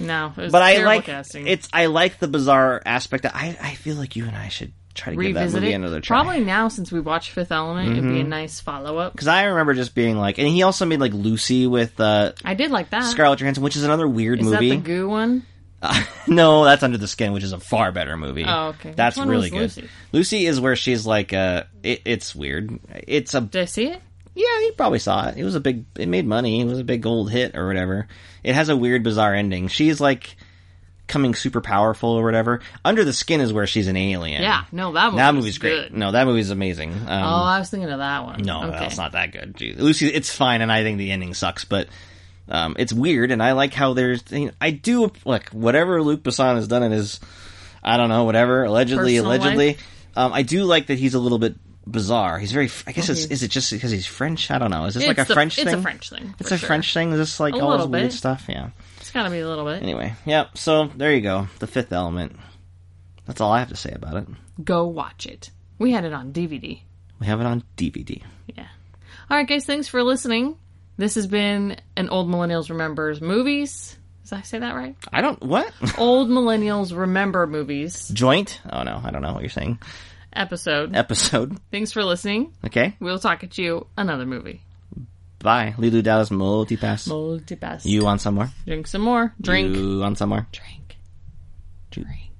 S3: No, it was
S4: But I
S3: terrible
S4: like
S3: casting.
S4: it's. I like the bizarre aspect. I I feel like you and I should try to give that
S3: revisit
S4: movie
S3: it.
S4: another try. Mm-hmm.
S3: Probably now since we watched Fifth Element, it'd be a nice follow up.
S4: because I remember just being like, and he also made like Lucy with uh,
S3: I did like that.
S4: Scarlett Johansson, which is another weird
S3: Is
S4: movie.
S3: that the goo one?
S4: no, that's Under the Skin, which is a far better movie.
S3: Oh, okay. Which
S4: that's
S3: one
S4: really
S3: was
S4: good.
S3: Lucy?
S4: Lucy is where she's like, uh, it, it's weird. It's a
S3: Did I see it?
S4: yeah, you probably saw it. It was a big. It made money. It was a big gold hit or whatever. It has a weird, bizarre ending. She's like coming super powerful or whatever. Under the Skin is where she's an alien.
S3: Yeah, no, that movie
S4: that
S3: was
S4: movie's great.
S3: good.
S4: No, that movie's amazing. Um,
S3: Oh, I was thinking of that one.
S4: No,
S3: okay.
S4: that's not that good. Gee, Lucy, it's fine, and I think the ending sucks, but um, it's weird, and I like how there's. You know, I do like whatever Luke Besson has done in his, I don't know, whatever allegedly,
S3: Personal
S4: allegedly. Um, I do like that he's a little bit bizarre. He's very. I guess it's, is it just because he's French? I don't know. Is this like
S3: It's
S4: a
S3: the-
S4: French
S3: it's a
S4: thing?
S3: French thing,
S4: It's
S3: for
S4: a
S3: sure.
S4: French thing. Is this like
S3: A
S4: all this
S3: little
S4: weird
S3: bit.
S4: stuff? Yeah.
S3: It's got to be a little bit.
S4: Anyway, yeah. So there you go. The Fifth Element. That's all I have to say about it.
S3: Go watch it. We had it on DVD.
S4: We have it on DVD.
S3: Yeah. All right, guys. Thanks for listening. This has been an old millennials remembers movies. Did I say that right?
S4: I don't what
S3: old millennials remember movies
S4: joint. Oh no, I don't know what you're saying.
S3: episode.
S4: Episode.
S3: Thanks for listening.
S4: Okay.
S3: We'll talk at you another movie.
S4: Bye. Lilu Dallas Multipass.
S3: Multi best.
S4: you on some more?
S3: drink some more. Drink.
S4: You on some more?
S3: Drink. Drink.